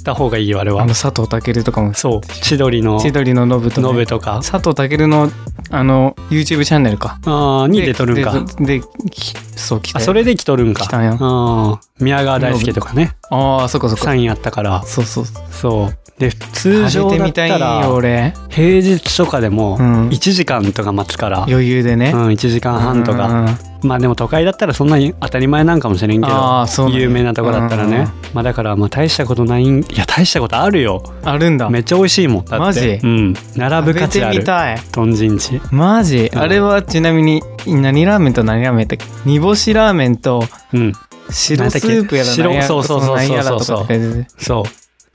Speaker 2: た方がいいよあれ
Speaker 1: あ
Speaker 2: は
Speaker 1: の佐藤健とかも
Speaker 2: そう千鳥の
Speaker 1: 千鳥のノブとね
Speaker 2: ノブとか
Speaker 1: 佐藤健のあの YouTube チャンネルか
Speaker 2: あーに出とるんか
Speaker 1: でできそう来て
Speaker 2: あそれで来とるんか
Speaker 1: 来たんや
Speaker 2: あー宮川大輔とかね
Speaker 1: ああそっかそっ
Speaker 2: サ
Speaker 1: か
Speaker 2: インあったから
Speaker 1: そうそう
Speaker 2: そうで通常
Speaker 1: 食
Speaker 2: だ
Speaker 1: べて
Speaker 2: っ
Speaker 1: みた
Speaker 2: た
Speaker 1: いよ
Speaker 2: ら
Speaker 1: 俺
Speaker 2: 平日とかでも
Speaker 1: うん
Speaker 2: 1時間とか待つから、うん、
Speaker 1: 余裕でね、
Speaker 2: 1時間半と
Speaker 1: うんう
Speaker 2: か、
Speaker 1: んうん
Speaker 2: まあでも都会だったらそんなに当たり前なんかもしれんけど
Speaker 1: ああそうなんだ
Speaker 2: 有名なとこだったらね、
Speaker 1: うんうん
Speaker 2: まあだからまあ大したことないんいや大したことあるよ
Speaker 1: うんあるんだ
Speaker 2: めっちゃ美味しいもんだって
Speaker 1: マジ
Speaker 2: うん並ぶ価値あ
Speaker 1: 食べてみ
Speaker 2: る
Speaker 1: たい
Speaker 2: とんじんち
Speaker 1: マジ、
Speaker 2: うん
Speaker 1: あれはちなみに何ラーメンと何ラーメンだっけ煮干しラーメンと
Speaker 2: うん
Speaker 1: 白スープやら
Speaker 2: 白
Speaker 1: 何やら
Speaker 2: そうそうそうそう
Speaker 1: 何やらとかって出て
Speaker 2: そ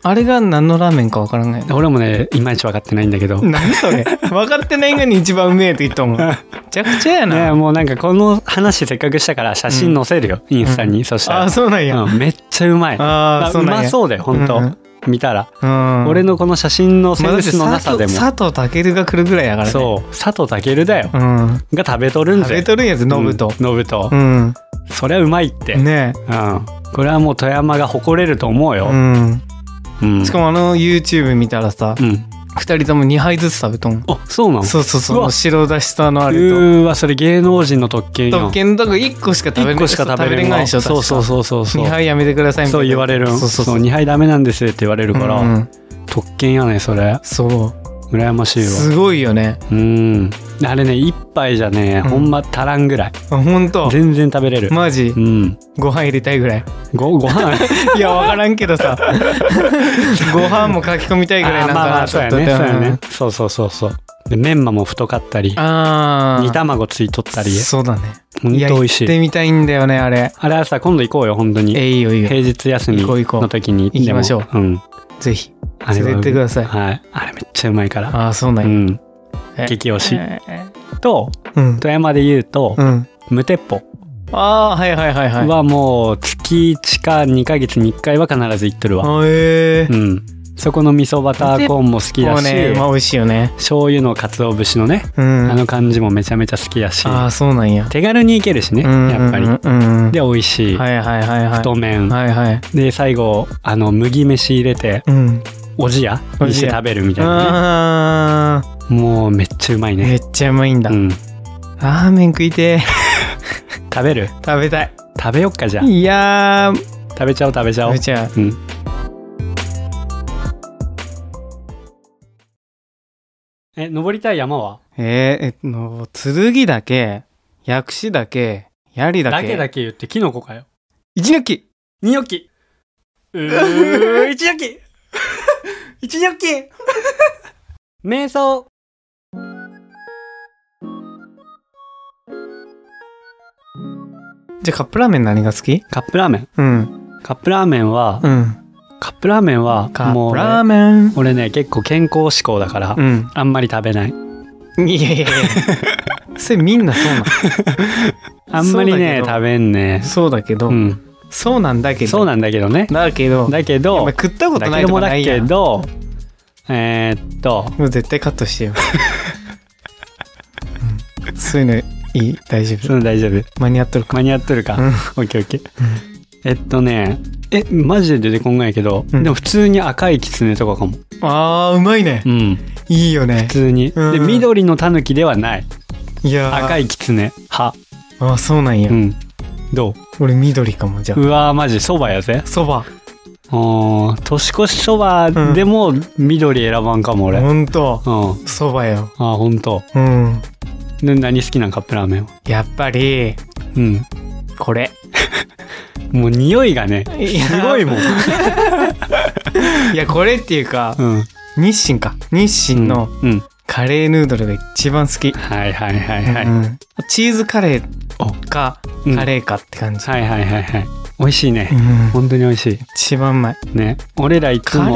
Speaker 1: あれが何のラーメンかわからない
Speaker 2: う俺もねいまいち分かってないんだけど、
Speaker 1: 何それ 分かってないのに一番うめえって言ったもんめちゃくちゃやな、
Speaker 2: ねもうなんかこの話せっかくしたから写真載せるよ、インスタに、そした
Speaker 1: あ
Speaker 2: ら
Speaker 1: あそうなんや、
Speaker 2: うんめっちゃうまい
Speaker 1: あ
Speaker 2: ま
Speaker 1: あ
Speaker 2: あ
Speaker 1: そううなんや
Speaker 2: まそうだよ本当、
Speaker 1: うん
Speaker 2: 見たら、
Speaker 1: うん
Speaker 2: 俺のこの写真のセ
Speaker 1: まあだ
Speaker 2: ン
Speaker 1: って
Speaker 2: スのなさでも、
Speaker 1: 佐藤佐藤健が来るぐらいやからね
Speaker 2: そう佐藤健だよ、
Speaker 1: うん
Speaker 2: が食べとるんぜ
Speaker 1: 食べとるやつ飲むと
Speaker 2: うん飲むと、
Speaker 1: うん、
Speaker 2: そりゃうまいって、
Speaker 1: ね
Speaker 2: うん、これはもう富山が誇れると思う
Speaker 1: え、
Speaker 2: よ
Speaker 1: う、ん、
Speaker 2: うん
Speaker 1: しかもあの YouTube 見たらさ
Speaker 2: うん
Speaker 1: 二人とも2杯ずつ食べとん
Speaker 2: あそうなの
Speaker 1: そうそうそうう
Speaker 2: わ
Speaker 1: 白だしとのあ
Speaker 2: う
Speaker 1: れと
Speaker 2: ーわそれ芸能人の特権よ
Speaker 1: 特権だから1個しか食べれ
Speaker 2: 1個しか食べれ
Speaker 1: な
Speaker 2: ないい
Speaker 1: でしょ
Speaker 2: そうそう
Speaker 1: う
Speaker 2: そうそうそう
Speaker 1: 2杯やめてくださいみたい
Speaker 2: そ
Speaker 1: な
Speaker 2: う言われるん
Speaker 1: そうそうそう
Speaker 2: 2杯ダメなんですって言われるから、
Speaker 1: うんうん
Speaker 2: 特権やねそれ
Speaker 1: そう
Speaker 2: 羨ましいわ。
Speaker 1: すごいよね。
Speaker 2: うん。あれね、一杯じゃね、
Speaker 1: うん
Speaker 2: ほんま足らんぐらい。
Speaker 1: あ、ほんと。
Speaker 2: 全然食べれる。
Speaker 1: マジ
Speaker 2: うん。
Speaker 1: ご飯入れたいぐ らい。
Speaker 2: ご、ご飯
Speaker 1: いや、わからんけどさ。 ご飯も書き込みたいぐらいなんか
Speaker 2: あまあま
Speaker 1: な、
Speaker 2: あ、
Speaker 1: ち
Speaker 2: そう
Speaker 1: ょっ
Speaker 2: や
Speaker 1: と
Speaker 2: ね。そうや
Speaker 1: う
Speaker 2: ね
Speaker 1: ん。
Speaker 2: そうそうそうそう。で、メンマも太かったり、
Speaker 1: あー。
Speaker 2: 煮卵ついとったり、
Speaker 1: そうだね。
Speaker 2: ほんと美味
Speaker 1: や行
Speaker 2: し
Speaker 1: って
Speaker 2: い。
Speaker 1: みたいんだよね、あれ。
Speaker 2: あれはさ、今度行こうよ、本当に。
Speaker 1: え、いいよいい
Speaker 2: 平
Speaker 1: よ。
Speaker 2: 日休み
Speaker 1: 行こう行こう
Speaker 2: の時に
Speaker 1: 行きましょう
Speaker 2: う。うん。
Speaker 1: ぜひ。
Speaker 2: あ
Speaker 1: 連れてってください
Speaker 2: はい。あれめっちゃうまいから。
Speaker 1: ああ、そうな
Speaker 2: うん
Speaker 1: や。
Speaker 2: ん。
Speaker 1: え
Speaker 2: 激推し。
Speaker 1: えー
Speaker 2: と、
Speaker 1: うん。
Speaker 2: 富山で言うと
Speaker 1: う、ん。
Speaker 2: 無鉄砲
Speaker 1: ああー、はいはいはいはい。
Speaker 2: はもう月1か2ヶ月に1回は必ず行ってるわ。
Speaker 1: あえ
Speaker 2: う
Speaker 1: ー。
Speaker 2: ん。そこの味噌バターコーンも好き
Speaker 1: も
Speaker 2: だ
Speaker 1: う
Speaker 2: し、
Speaker 1: ね、まあ美味しいよね。
Speaker 2: 醤油の鰹節のね、
Speaker 1: うん。
Speaker 2: あの感じもめちゃめちゃ好きだし、
Speaker 1: ああ、そうなんや。
Speaker 2: 手軽に行けるしね、
Speaker 1: うん
Speaker 2: やっぱり。
Speaker 1: うんうん。
Speaker 2: で、美味しい。
Speaker 1: はいはいはいはい。
Speaker 2: 太麺。
Speaker 1: はいはい。
Speaker 2: で、最後、あの、麦飯入れて、
Speaker 1: うん。
Speaker 2: おじや
Speaker 1: お
Speaker 2: にし
Speaker 1: じ
Speaker 2: て
Speaker 1: や
Speaker 2: 食べるみたいなね。
Speaker 1: ああ、
Speaker 2: もうめっちゃうまい
Speaker 1: め
Speaker 2: ね。
Speaker 1: っちゃうまいんだ
Speaker 2: う。ん。
Speaker 1: ラーメン食いてー
Speaker 2: 食べる
Speaker 1: 食べたい。
Speaker 2: 食べよっかじゃあ。
Speaker 1: いやー、
Speaker 2: 食べちゃおう食べちゃおう
Speaker 1: め。ちゃ
Speaker 2: うん。え、登りたい山は
Speaker 1: えー、えっとの、剣だけ、薬師だけ、槍だ
Speaker 2: だ
Speaker 1: け。
Speaker 2: けだけ言ってキノコかよ。
Speaker 1: 一抜き
Speaker 2: ニョッキ。う ー、一ニョッキ。一ニョッキ。瞑想。
Speaker 1: じゃあカップラーメン何が好き
Speaker 2: カップラーメン。
Speaker 1: うん。
Speaker 2: カップラーメンは、
Speaker 1: うん。
Speaker 2: カップラーメンは、
Speaker 1: カッ
Speaker 2: も
Speaker 1: プ
Speaker 2: う
Speaker 1: ラー
Speaker 2: ね、
Speaker 1: メン。
Speaker 2: 俺ね、結構健康志向だから、
Speaker 1: うん。
Speaker 2: あんまり食べない。
Speaker 1: いやいやいや それみんなそうなん
Speaker 2: あんまりね
Speaker 1: そうだけ、ど
Speaker 2: 食べんね。
Speaker 1: そうだけど、
Speaker 2: うん。
Speaker 1: そうなんだけど。
Speaker 2: そうなんだけどね。
Speaker 1: だけど、
Speaker 2: だけど、
Speaker 1: お前食ったこと
Speaker 2: だ
Speaker 1: ない
Speaker 2: けど
Speaker 1: とか
Speaker 2: もだ
Speaker 1: ないや
Speaker 2: け
Speaker 1: ん。
Speaker 2: ど、えーっと、
Speaker 1: もう絶対カットしてよ。うんそういうのいい大丈
Speaker 2: そ
Speaker 1: 夫。
Speaker 2: の大丈夫。
Speaker 1: 間に合っとるか。
Speaker 2: 間に合っとるか。
Speaker 1: うん
Speaker 2: オッケーオッケー。えっとね、え、マジで出てこんがやけど、
Speaker 1: うん
Speaker 2: でも普通に赤いキツネとかかも。
Speaker 1: あー、うまいね
Speaker 2: う。ん。
Speaker 1: いいよね
Speaker 2: 普。通に。
Speaker 1: うん
Speaker 2: で、緑のタヌキではない。
Speaker 1: いやー
Speaker 2: 赤いキツネ。歯。
Speaker 1: あー、そうなんや
Speaker 2: う。ん。ど
Speaker 1: 俺緑かも、じゃ
Speaker 2: ううわー、マジ、そばやぜ
Speaker 1: あ。。そば。
Speaker 2: うん。年越しそばでも緑選ばんかも、俺。うん。
Speaker 1: ほんと。
Speaker 2: あ
Speaker 1: そばよ。
Speaker 2: ー、ほんと。
Speaker 1: うん。
Speaker 2: で、何好きなんカップラーメンは。
Speaker 1: やっぱり、
Speaker 2: うん。
Speaker 1: これ。
Speaker 2: もう匂いがね、
Speaker 1: いや
Speaker 2: すごいも ん。
Speaker 1: いや、これっていうか、
Speaker 2: うん。
Speaker 1: 日清か。日
Speaker 2: う
Speaker 1: 清
Speaker 2: ん。
Speaker 1: の
Speaker 2: うん。
Speaker 1: カレーヌードルが一番好き。
Speaker 2: はいはいはいはい。
Speaker 1: うんチーズカレーか、
Speaker 2: うん
Speaker 1: カレーかって感じ。
Speaker 2: はいはいはいはい。美味しいね。
Speaker 1: うん
Speaker 2: 本当に美味し
Speaker 1: 一番うまい。
Speaker 2: い。ね。俺らいつも。
Speaker 1: カ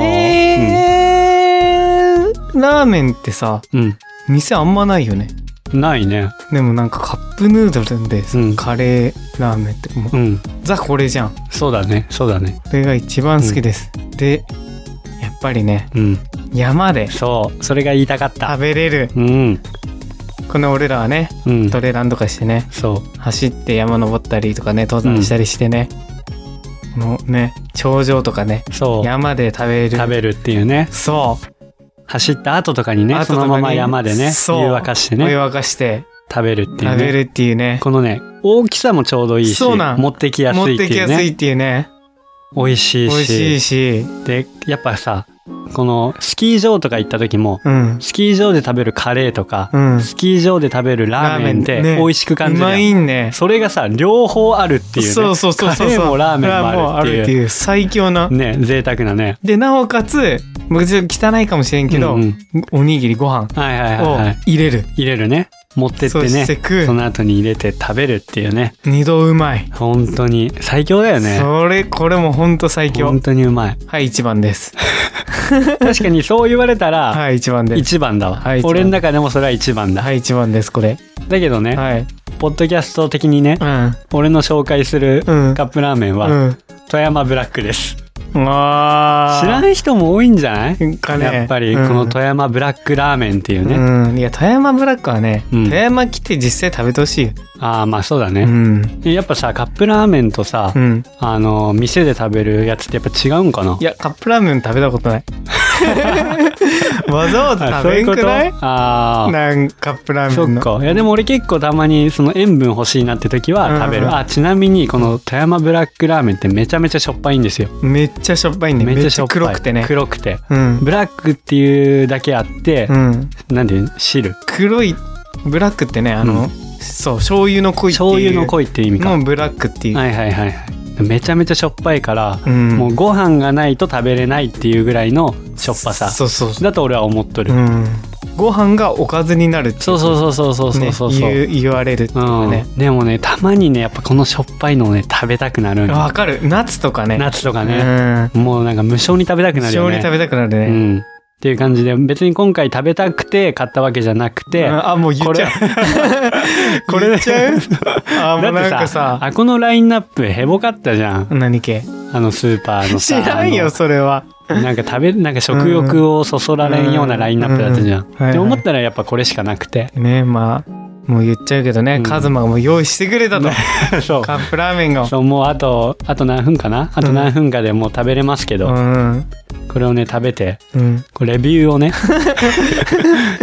Speaker 1: レーラーメンってさ、
Speaker 2: うん。
Speaker 1: 店あんまないよね。
Speaker 2: うん。ないね。
Speaker 1: でもなんかカップヌードルでさ
Speaker 2: うん
Speaker 1: カレーラーメンってもう
Speaker 2: うん。
Speaker 1: ザこれじゃん。こ
Speaker 2: そうだね。そうだね。
Speaker 1: れが一番好きです。で、やっぱりね、
Speaker 2: うん。
Speaker 1: 山で
Speaker 2: そう。それが言いたかった。
Speaker 1: 食べれる。
Speaker 2: うん。
Speaker 1: この俺らはね、
Speaker 2: うん。
Speaker 1: トレランとかしてね、
Speaker 2: そう。
Speaker 1: 走って山登ったりとかね、登山したりしてね、このね、頂上とかね、
Speaker 2: そう。
Speaker 1: 山で食べる
Speaker 2: 食べるっていうね。
Speaker 1: そ
Speaker 2: 走った後とかにね、
Speaker 1: 後
Speaker 2: そ
Speaker 1: とか
Speaker 2: の
Speaker 1: に
Speaker 2: まま山でね、
Speaker 1: そう
Speaker 2: 湯沸かして
Speaker 1: う、お湯
Speaker 2: ね、
Speaker 1: 沸かして
Speaker 2: 食べるっていう
Speaker 1: 食べる
Speaker 2: ね。
Speaker 1: っていうね
Speaker 2: このね、大きさもちょうどいいし、
Speaker 1: そうなん
Speaker 2: 持ってきやす
Speaker 1: 持
Speaker 2: い
Speaker 1: っ
Speaker 2: って
Speaker 1: てき
Speaker 2: いう
Speaker 1: やすい
Speaker 2: ね。
Speaker 1: っていうね
Speaker 2: 美味し
Speaker 1: 美
Speaker 2: い
Speaker 1: 味しい
Speaker 2: し。
Speaker 1: し
Speaker 2: で、やっぱさ、このスキー場とか行った時も、
Speaker 1: うん
Speaker 2: スキー場で食べるカレーとか、
Speaker 1: うん
Speaker 2: スキー場で食べるラーメンって
Speaker 1: ラーメンね
Speaker 2: 美味しく感
Speaker 1: う
Speaker 2: じる
Speaker 1: ま
Speaker 2: や
Speaker 1: い
Speaker 2: ん。
Speaker 1: んね
Speaker 2: それがさ、両方あるっていうね。
Speaker 1: そうそうそうそう
Speaker 2: カレーもラーメン
Speaker 1: ラ
Speaker 2: もあるって
Speaker 1: って
Speaker 2: いう。
Speaker 1: いう最強な
Speaker 2: ね、贅沢なね。
Speaker 1: でなおかつ僕ちょっと汚いかもしれんけど、
Speaker 2: うんうん
Speaker 1: おにぎりご飯
Speaker 2: はいはいはい、は
Speaker 1: を
Speaker 2: い。
Speaker 1: 入れる、
Speaker 2: 入れるね。持ってっ
Speaker 1: そ
Speaker 2: て
Speaker 1: して
Speaker 2: ね。
Speaker 1: 食
Speaker 2: そうの後に入れて食べるっていうね。
Speaker 1: 二度うまい、
Speaker 2: 本当に最強だよね。
Speaker 1: それこれもほんと最強
Speaker 2: 本当にうまい。
Speaker 1: はい一番です
Speaker 2: 確かにそう言われたら、
Speaker 1: はい一番です
Speaker 2: 一番だわ、
Speaker 1: はい一番
Speaker 2: 俺の中でもそれは一番だ。
Speaker 1: はい一番ですこれ
Speaker 2: だけどね、
Speaker 1: はい
Speaker 2: ポッドキャスト的にね
Speaker 1: う、ん
Speaker 2: 俺の紹介する
Speaker 1: うん
Speaker 2: カップラーメンは、
Speaker 1: うん
Speaker 2: 富山ブラックです。
Speaker 1: あー
Speaker 2: 知らない人も多いんじゃない
Speaker 1: かね
Speaker 2: やっぱりこの富山ブラックラーメンっていうね、
Speaker 1: うん、いや富山ブラックはね、
Speaker 2: うん
Speaker 1: 富山来て実際食べてほしいよ、
Speaker 2: ああまあそうだ
Speaker 1: う
Speaker 2: ね、
Speaker 1: ん
Speaker 2: やっぱさカップラーメンとさ、
Speaker 1: うん、
Speaker 2: あの店で食べるやつってやっぱ違うんかない
Speaker 1: やカップラーメン食べたことない わざわざ
Speaker 2: あ
Speaker 1: 食べんくな
Speaker 2: そうう
Speaker 1: い
Speaker 2: ことあー
Speaker 1: なんカップラー
Speaker 2: そ
Speaker 1: メン
Speaker 2: っ
Speaker 1: の
Speaker 2: かいやでも俺結構たまにその塩分欲しいなって時は食べる、
Speaker 1: うん
Speaker 2: あちなみにこの富山ブラックラーメンってめちゃめちゃしょっぱいんですよ
Speaker 1: めっちゃしょっぱいね。
Speaker 2: め
Speaker 1: め
Speaker 2: っち
Speaker 1: っ
Speaker 2: ゃ
Speaker 1: ち
Speaker 2: しょ
Speaker 1: ゃ
Speaker 2: っぱい
Speaker 1: 黒くてね。
Speaker 2: 黒くて
Speaker 1: うん。
Speaker 2: ブラックっていうだけあって、
Speaker 1: うん。
Speaker 2: なんで汁
Speaker 1: 黒い、ブラックってね、あの、
Speaker 2: うん
Speaker 1: そう、醤油の濃いっていう。
Speaker 2: 醤油の濃いっていう意味か、
Speaker 1: のブラックっていう。
Speaker 2: はいはいはいはいめちゃめちゃしょっぱいから、
Speaker 1: うん
Speaker 2: もうご飯がないと食べれないっていうぐらいのしょっぱさ
Speaker 1: そうそうそ
Speaker 2: だと俺は思っとる、
Speaker 1: う。うん。ご飯がおかずになるってい
Speaker 2: そうそうそうそうそうそうそうそう、
Speaker 1: ね、言う言われるっていう
Speaker 2: う
Speaker 1: か
Speaker 2: ん
Speaker 1: ね。
Speaker 2: でもねたまにねやっぱこのしょっぱいのをね食べたくなるんよ
Speaker 1: わ、かる。夏とかね。
Speaker 2: 夏とか
Speaker 1: と
Speaker 2: ね、
Speaker 1: ね。
Speaker 2: もうなんか無性に食べた
Speaker 1: う
Speaker 2: く
Speaker 1: ん。
Speaker 2: なるよ
Speaker 1: 醤
Speaker 2: ね
Speaker 1: 油食べたくなるね。
Speaker 2: うん、っていう感じで別に今回食べたくて買ったわけじゃなくて、
Speaker 1: あ、もう言っちゃう。
Speaker 2: これ
Speaker 1: 言っちゃうあ、も
Speaker 2: だ
Speaker 1: う
Speaker 2: っ
Speaker 1: な
Speaker 2: て
Speaker 1: ん
Speaker 2: さ
Speaker 1: かさ、
Speaker 2: あこのラインナップへぼかったじゃん
Speaker 1: 何系
Speaker 2: あのスーパーの
Speaker 1: 知
Speaker 2: さ
Speaker 1: らんよ、それは。
Speaker 2: あのなんか食べなんか食欲をそそられんようなラインナップだったじゃん、
Speaker 1: うんうんはいはい
Speaker 2: って思ったらやっぱこれしかな くて
Speaker 1: ねまあ、もう言っちゃうけどね、
Speaker 2: うん
Speaker 1: カズマがもう用意してくれたと。
Speaker 2: そう
Speaker 1: カップラーメンが。
Speaker 2: そうもうあとあと何分かなあと何分かでもう食べれますけ
Speaker 1: う
Speaker 2: ど、
Speaker 1: ん。
Speaker 2: これをね食べて
Speaker 1: うん。
Speaker 2: こうレビューを ね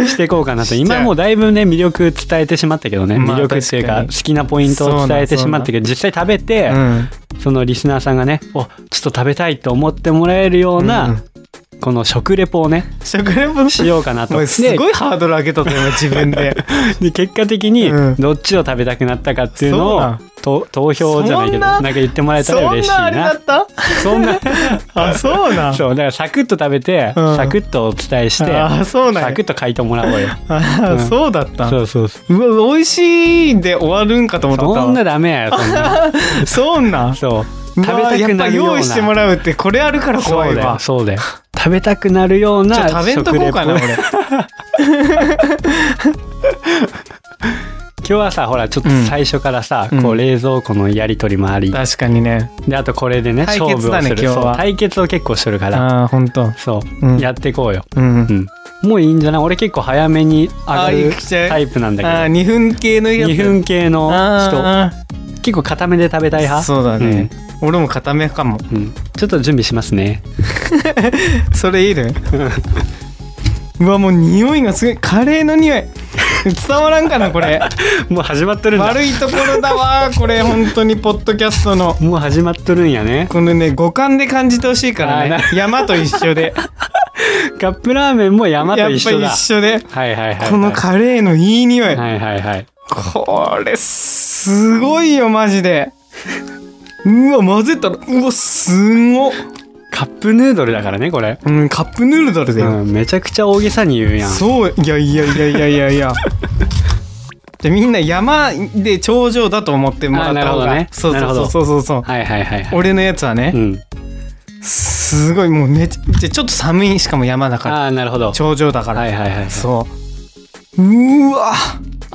Speaker 2: していこうかなと
Speaker 1: しちゃう
Speaker 2: 今もうだいぶね魅力伝えてしまったけどね、
Speaker 1: まあ
Speaker 2: 魅力ってい
Speaker 1: 確
Speaker 2: う
Speaker 1: か
Speaker 2: か
Speaker 1: に
Speaker 2: 好きなポイントを伝えてしまったけど実際食べて、
Speaker 1: うん。
Speaker 2: そのリスナーさんがねおちょっと食べたいと思ってもらえるような、
Speaker 1: うん
Speaker 2: この食レポをね
Speaker 1: 食レポの
Speaker 2: しようかなと
Speaker 1: おいす
Speaker 2: で
Speaker 1: ごいハードル上げたと今自分 で。
Speaker 2: で結果的に
Speaker 1: うん
Speaker 2: どっちを食べたくなったかっていうの
Speaker 1: そう
Speaker 2: を、
Speaker 1: なん
Speaker 2: と投票じゃない
Speaker 1: そ
Speaker 2: けど
Speaker 1: んな
Speaker 2: なんか言ってもらえたら嬉しい
Speaker 1: そんなあれだ
Speaker 2: な
Speaker 1: った
Speaker 2: そんな
Speaker 1: あ、そうなん。
Speaker 2: そうだからサクッと食べて、
Speaker 1: うん
Speaker 2: サクッとお伝えして
Speaker 1: あ、そうなん
Speaker 2: サ
Speaker 1: や
Speaker 2: クッ。と書いてもらおうよ
Speaker 1: あ
Speaker 2: うん
Speaker 1: そうだったん。
Speaker 2: そうそうそう
Speaker 1: うわ、美味しいで終わるんかと思っとったわ。
Speaker 2: そんなダメやよそんな
Speaker 1: そうなん。
Speaker 2: そう
Speaker 1: う
Speaker 2: 食べ
Speaker 1: わ
Speaker 2: たくなるような
Speaker 1: やっぱ用意してもらうって、これあるから怖
Speaker 2: そう
Speaker 1: い
Speaker 2: だ
Speaker 1: わ
Speaker 2: よ。そうだよ食べたくなるよう
Speaker 1: ちょ
Speaker 2: な
Speaker 1: 食べんとこうかな、
Speaker 2: 食レポ
Speaker 1: 俺。
Speaker 2: 今日はさほらちょっと
Speaker 1: うん
Speaker 2: 最初からさ、
Speaker 1: うん
Speaker 2: こう冷蔵庫のやり取りもあり、
Speaker 1: 確かにね。
Speaker 2: であとこれでね
Speaker 1: 対
Speaker 2: 勝
Speaker 1: 決
Speaker 2: 負を
Speaker 1: だ
Speaker 2: す
Speaker 1: ね
Speaker 2: る
Speaker 1: 今日は
Speaker 2: そう対決を結構してるから
Speaker 1: ああ、ほんと。
Speaker 2: そう、
Speaker 1: うん
Speaker 2: やっていこうよ
Speaker 1: うん。
Speaker 2: もういいんじゃない俺結構早めに上が
Speaker 1: あい
Speaker 2: る
Speaker 1: くちゃう
Speaker 2: タイプな
Speaker 1: あ
Speaker 2: ん
Speaker 1: あ
Speaker 2: だ
Speaker 1: ー、2分系の
Speaker 2: け
Speaker 1: や
Speaker 2: ど
Speaker 1: つ。
Speaker 2: 2分系の人
Speaker 1: あ
Speaker 2: 結構固めで食べた
Speaker 1: ー
Speaker 2: い
Speaker 1: あー
Speaker 2: 派
Speaker 1: そうだね。俺も固め かも。
Speaker 2: うん、うんちょっと準備しま すね
Speaker 1: それいるうわもう匂いがすごいカレーの匂い伝わらんかなこ れ
Speaker 2: もう始まっとるんだ
Speaker 1: 悪いところだわこれ本当にポッドキャストの
Speaker 2: もう始まっとるんやね
Speaker 1: このね五感で感じてほしいから
Speaker 2: あ
Speaker 1: ね山と一緒で
Speaker 2: カップラーメンも山
Speaker 1: やっ
Speaker 2: と
Speaker 1: ぱ
Speaker 2: 一緒だ
Speaker 1: 一緒で
Speaker 2: はいはいはいはい
Speaker 1: このカレーのいい匂い、
Speaker 2: はいはいはい
Speaker 1: これすごいよマジでうわ混ぜたらうわすんごっ、
Speaker 2: カップヌードルだからねこれ、
Speaker 1: うん、カップヌードルだ
Speaker 2: う
Speaker 1: よ、
Speaker 2: ん、めちゃくちゃ大げさに言うやん
Speaker 1: そういやいやいやいやいやいやでみんな山で頂上だと思ってもらった方
Speaker 2: あなるほど
Speaker 1: が、
Speaker 2: ね
Speaker 1: そう
Speaker 2: なるほ
Speaker 1: そ
Speaker 2: ど
Speaker 1: うそうそうそう、
Speaker 2: はいはいはいはい
Speaker 1: 俺のやつはね、
Speaker 2: うん、
Speaker 1: すごいもうめちゃちょっと寒いしかも山だから
Speaker 2: ああなるほどは
Speaker 1: 頂上だから、
Speaker 2: いはいはい
Speaker 1: そううーわ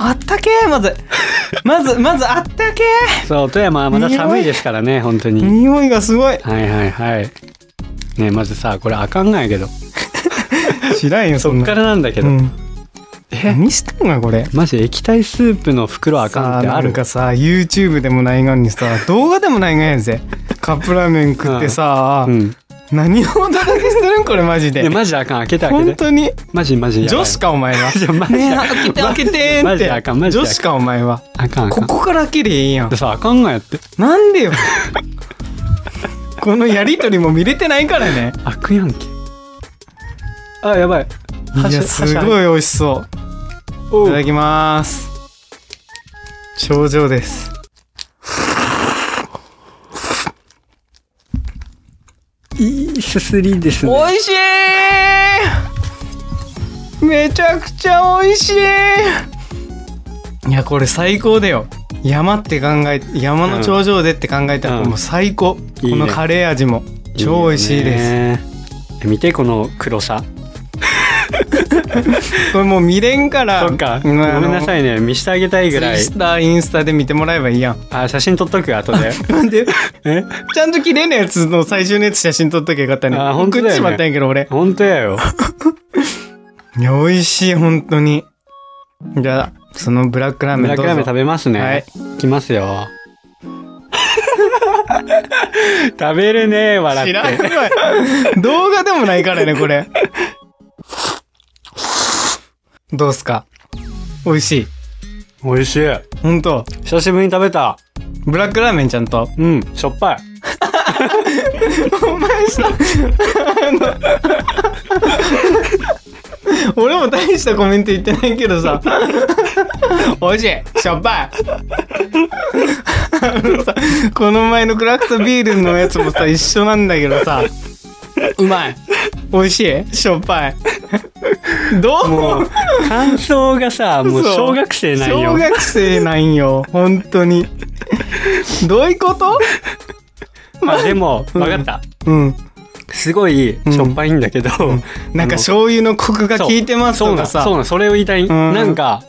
Speaker 1: あったけえまずまずまずあったけ
Speaker 2: そう富山はまだ寒いですからね本当
Speaker 1: え
Speaker 2: に
Speaker 1: 匂いがすごい
Speaker 2: はいはいはいねえまずさこれあかんがんやけど
Speaker 1: 知らんよそん
Speaker 2: こ
Speaker 1: な
Speaker 2: っからなんだけど、
Speaker 1: うん、何してんのこれ
Speaker 2: マジ液体スープの袋あかんって
Speaker 1: さ
Speaker 2: あ
Speaker 1: な
Speaker 2: る
Speaker 1: んかさ YouTube でもないがんにさ動画でもないがんや ぜカップラーメン食ってさ、
Speaker 2: うん
Speaker 1: 何をお届けしてるんこれマジ
Speaker 2: い
Speaker 1: で
Speaker 2: やマジあかん開けて開け
Speaker 1: 本
Speaker 2: て
Speaker 1: 当に
Speaker 2: マジマジやばい
Speaker 1: 女子かお前は
Speaker 2: いやマジ
Speaker 1: ねえ
Speaker 2: やばい
Speaker 1: 開けて開けて
Speaker 2: マ
Speaker 1: ーっ
Speaker 2: ジ
Speaker 1: て
Speaker 2: あかんマジあかん
Speaker 1: 女子かお前は
Speaker 2: あかんあか
Speaker 1: こ
Speaker 2: ん
Speaker 1: こから開けりゃいいやん
Speaker 2: でさあかんがんやって
Speaker 1: なんでよこのやりとりも見れてないからね
Speaker 2: 開くやんけあやばい
Speaker 1: いやすご
Speaker 2: い
Speaker 1: い美味しそう
Speaker 2: お
Speaker 1: いうただきます頂上です
Speaker 2: いいすすりですね
Speaker 1: 美味しいめちゃくちゃ美味しいいやこれ最高だよ山って考え山の頂上でって考えた
Speaker 2: う
Speaker 1: ら
Speaker 2: ん
Speaker 1: もう最高、
Speaker 2: いいね
Speaker 1: このカレー味も超美味しいです
Speaker 2: す見てこの黒さ
Speaker 1: これもう見れんから
Speaker 2: そっかご
Speaker 1: う
Speaker 2: めん
Speaker 1: あの
Speaker 2: なさいね見してあげたいぐらい
Speaker 1: ツイスターインスタで見てもらえばいいやん
Speaker 2: あ写真撮っとく後で
Speaker 1: なんで
Speaker 2: え
Speaker 1: ちゃんと綺麗なやつの最終のやつ写真撮っときゃよかったね
Speaker 2: あ本当だ
Speaker 1: 食
Speaker 2: よね
Speaker 1: ってしまったんやけど俺
Speaker 2: 本当やよ
Speaker 1: いや美味しい本当にじゃあそのブラックラー
Speaker 2: ブ
Speaker 1: メ
Speaker 2: ラ
Speaker 1: ン
Speaker 2: ック
Speaker 1: どう
Speaker 2: ラーメン
Speaker 1: ぞ
Speaker 2: 食べますね。
Speaker 1: はい
Speaker 2: いきますよ。 食べるね、笑
Speaker 1: 知
Speaker 2: っ
Speaker 1: らん
Speaker 2: て。
Speaker 1: わい動画でもないからねこれどうすか美味しい
Speaker 2: 美味しい。
Speaker 1: 本当
Speaker 2: 久しぶりに食べた。
Speaker 1: ブラックラーメンちゃんと
Speaker 2: うん、しょっぱい。
Speaker 1: お前さ、あの、俺も大したコメント言ってないけどさ、美味しい、しょっぱい。あのさ、この前のクラフトビールのやつもさ、一緒なんだけどさ、うまい、美味しい、しょっぱい。どう
Speaker 2: もう、感想がさ、もう
Speaker 1: そう
Speaker 2: 小学生なんよ
Speaker 1: 小。学生なんよ本当にどういうこと
Speaker 2: まあでも、
Speaker 1: うん
Speaker 2: わかった。
Speaker 1: うん
Speaker 2: すごい、しょっぱいんだけど、
Speaker 1: なんか醤油のコクが効いてます
Speaker 2: そう
Speaker 1: と
Speaker 2: なん
Speaker 1: か
Speaker 2: そ
Speaker 1: さ
Speaker 2: うなんそれを言いたい。
Speaker 1: ん
Speaker 2: なんか、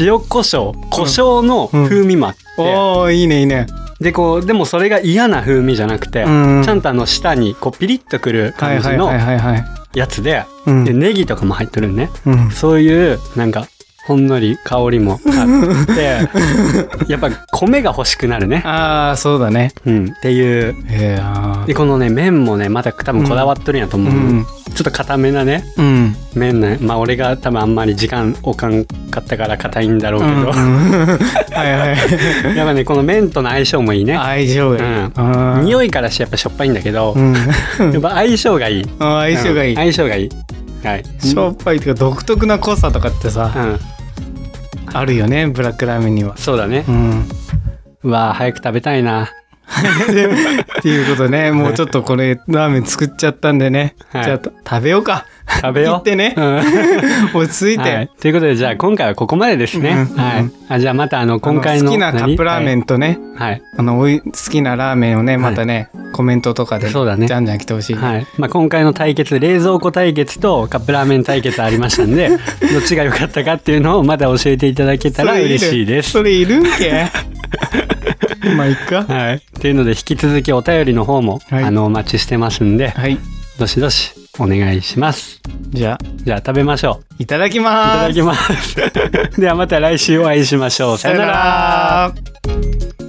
Speaker 2: 塩胡椒、胡椒の風味もあって、
Speaker 1: おおいいねいいね
Speaker 2: でこうでもそれが嫌な風味じゃなくて、
Speaker 1: うん
Speaker 2: ちゃんとあの舌にこうピリッとくる
Speaker 1: はい
Speaker 2: 感じ
Speaker 1: はい
Speaker 2: の
Speaker 1: はいはいはい
Speaker 2: やつで,、
Speaker 1: うん
Speaker 2: でネギとかも入ってるね、
Speaker 1: うん
Speaker 2: そういうなんかほんのり香りもあって やっぱ米が欲しくなるね、
Speaker 1: ああそうだね
Speaker 2: うん、っていう
Speaker 1: いや
Speaker 2: でこのね麺もねまた多分こだわっとるんやと思う、
Speaker 1: うん
Speaker 2: ちょっと固めなね
Speaker 1: うん
Speaker 2: 麺ねまあ俺が多分あんまり時間おかんかったから硬いんだろう
Speaker 1: う
Speaker 2: け
Speaker 1: んうん
Speaker 2: ど、
Speaker 1: はいはい
Speaker 2: や っぱねこの麺との相性もいいね
Speaker 1: 相性がいいあー
Speaker 2: 匂いからしてやっぱしょっぱいんだけど、
Speaker 1: うん
Speaker 2: やっぱ相性がいい
Speaker 1: あー相性がい
Speaker 2: うん
Speaker 1: い
Speaker 2: 相性がいい。はい。
Speaker 1: しょっぱいとか独特な濃さとかって
Speaker 2: う
Speaker 1: さ
Speaker 2: ん。
Speaker 1: あるよねブラックラーメンには
Speaker 2: そうだね
Speaker 1: う。ん
Speaker 2: うわあ早く食べたいな。
Speaker 1: っていうことね、もうちょっとこれ、ラーメン作っちゃったんでね。
Speaker 2: はい
Speaker 1: じゃあ、食べようか。
Speaker 2: 食べよう。
Speaker 1: 行ってね
Speaker 2: うん
Speaker 1: 落ち着いて。
Speaker 2: はい。ということで、じゃあ今回はここまでですね。
Speaker 1: うん
Speaker 2: はい。あじゃあまたあの、
Speaker 1: あの
Speaker 2: 今回の。
Speaker 1: 好きなカップラーメ
Speaker 2: ン。
Speaker 1: ンとね、
Speaker 2: はい。
Speaker 1: あの、おい好きなラーメンをね、またね、コメントとかで、
Speaker 2: そうだね
Speaker 1: じゃんじゃん来てほしい。
Speaker 2: はい。はいまあ今回の対決、冷蔵庫対決とカップラーメン対決ありましたん で、どっちが良かったかっていうのをまた教えていただけたら嬉しいです。
Speaker 1: それいるそれいるんけ まあ、いっか。
Speaker 2: はい。っていうので、引き続きお便りの方も、
Speaker 1: はい
Speaker 2: あの、お待ちしてますんで、
Speaker 1: はい。
Speaker 2: どしどしお願いします。
Speaker 1: じゃあ、
Speaker 2: じゃあ食べましょう。
Speaker 1: いただき
Speaker 2: いた
Speaker 1: ま ー
Speaker 2: だ
Speaker 1: す。
Speaker 2: きます。ではまた来週お会いしましょう。さよなら。
Speaker 1: ら。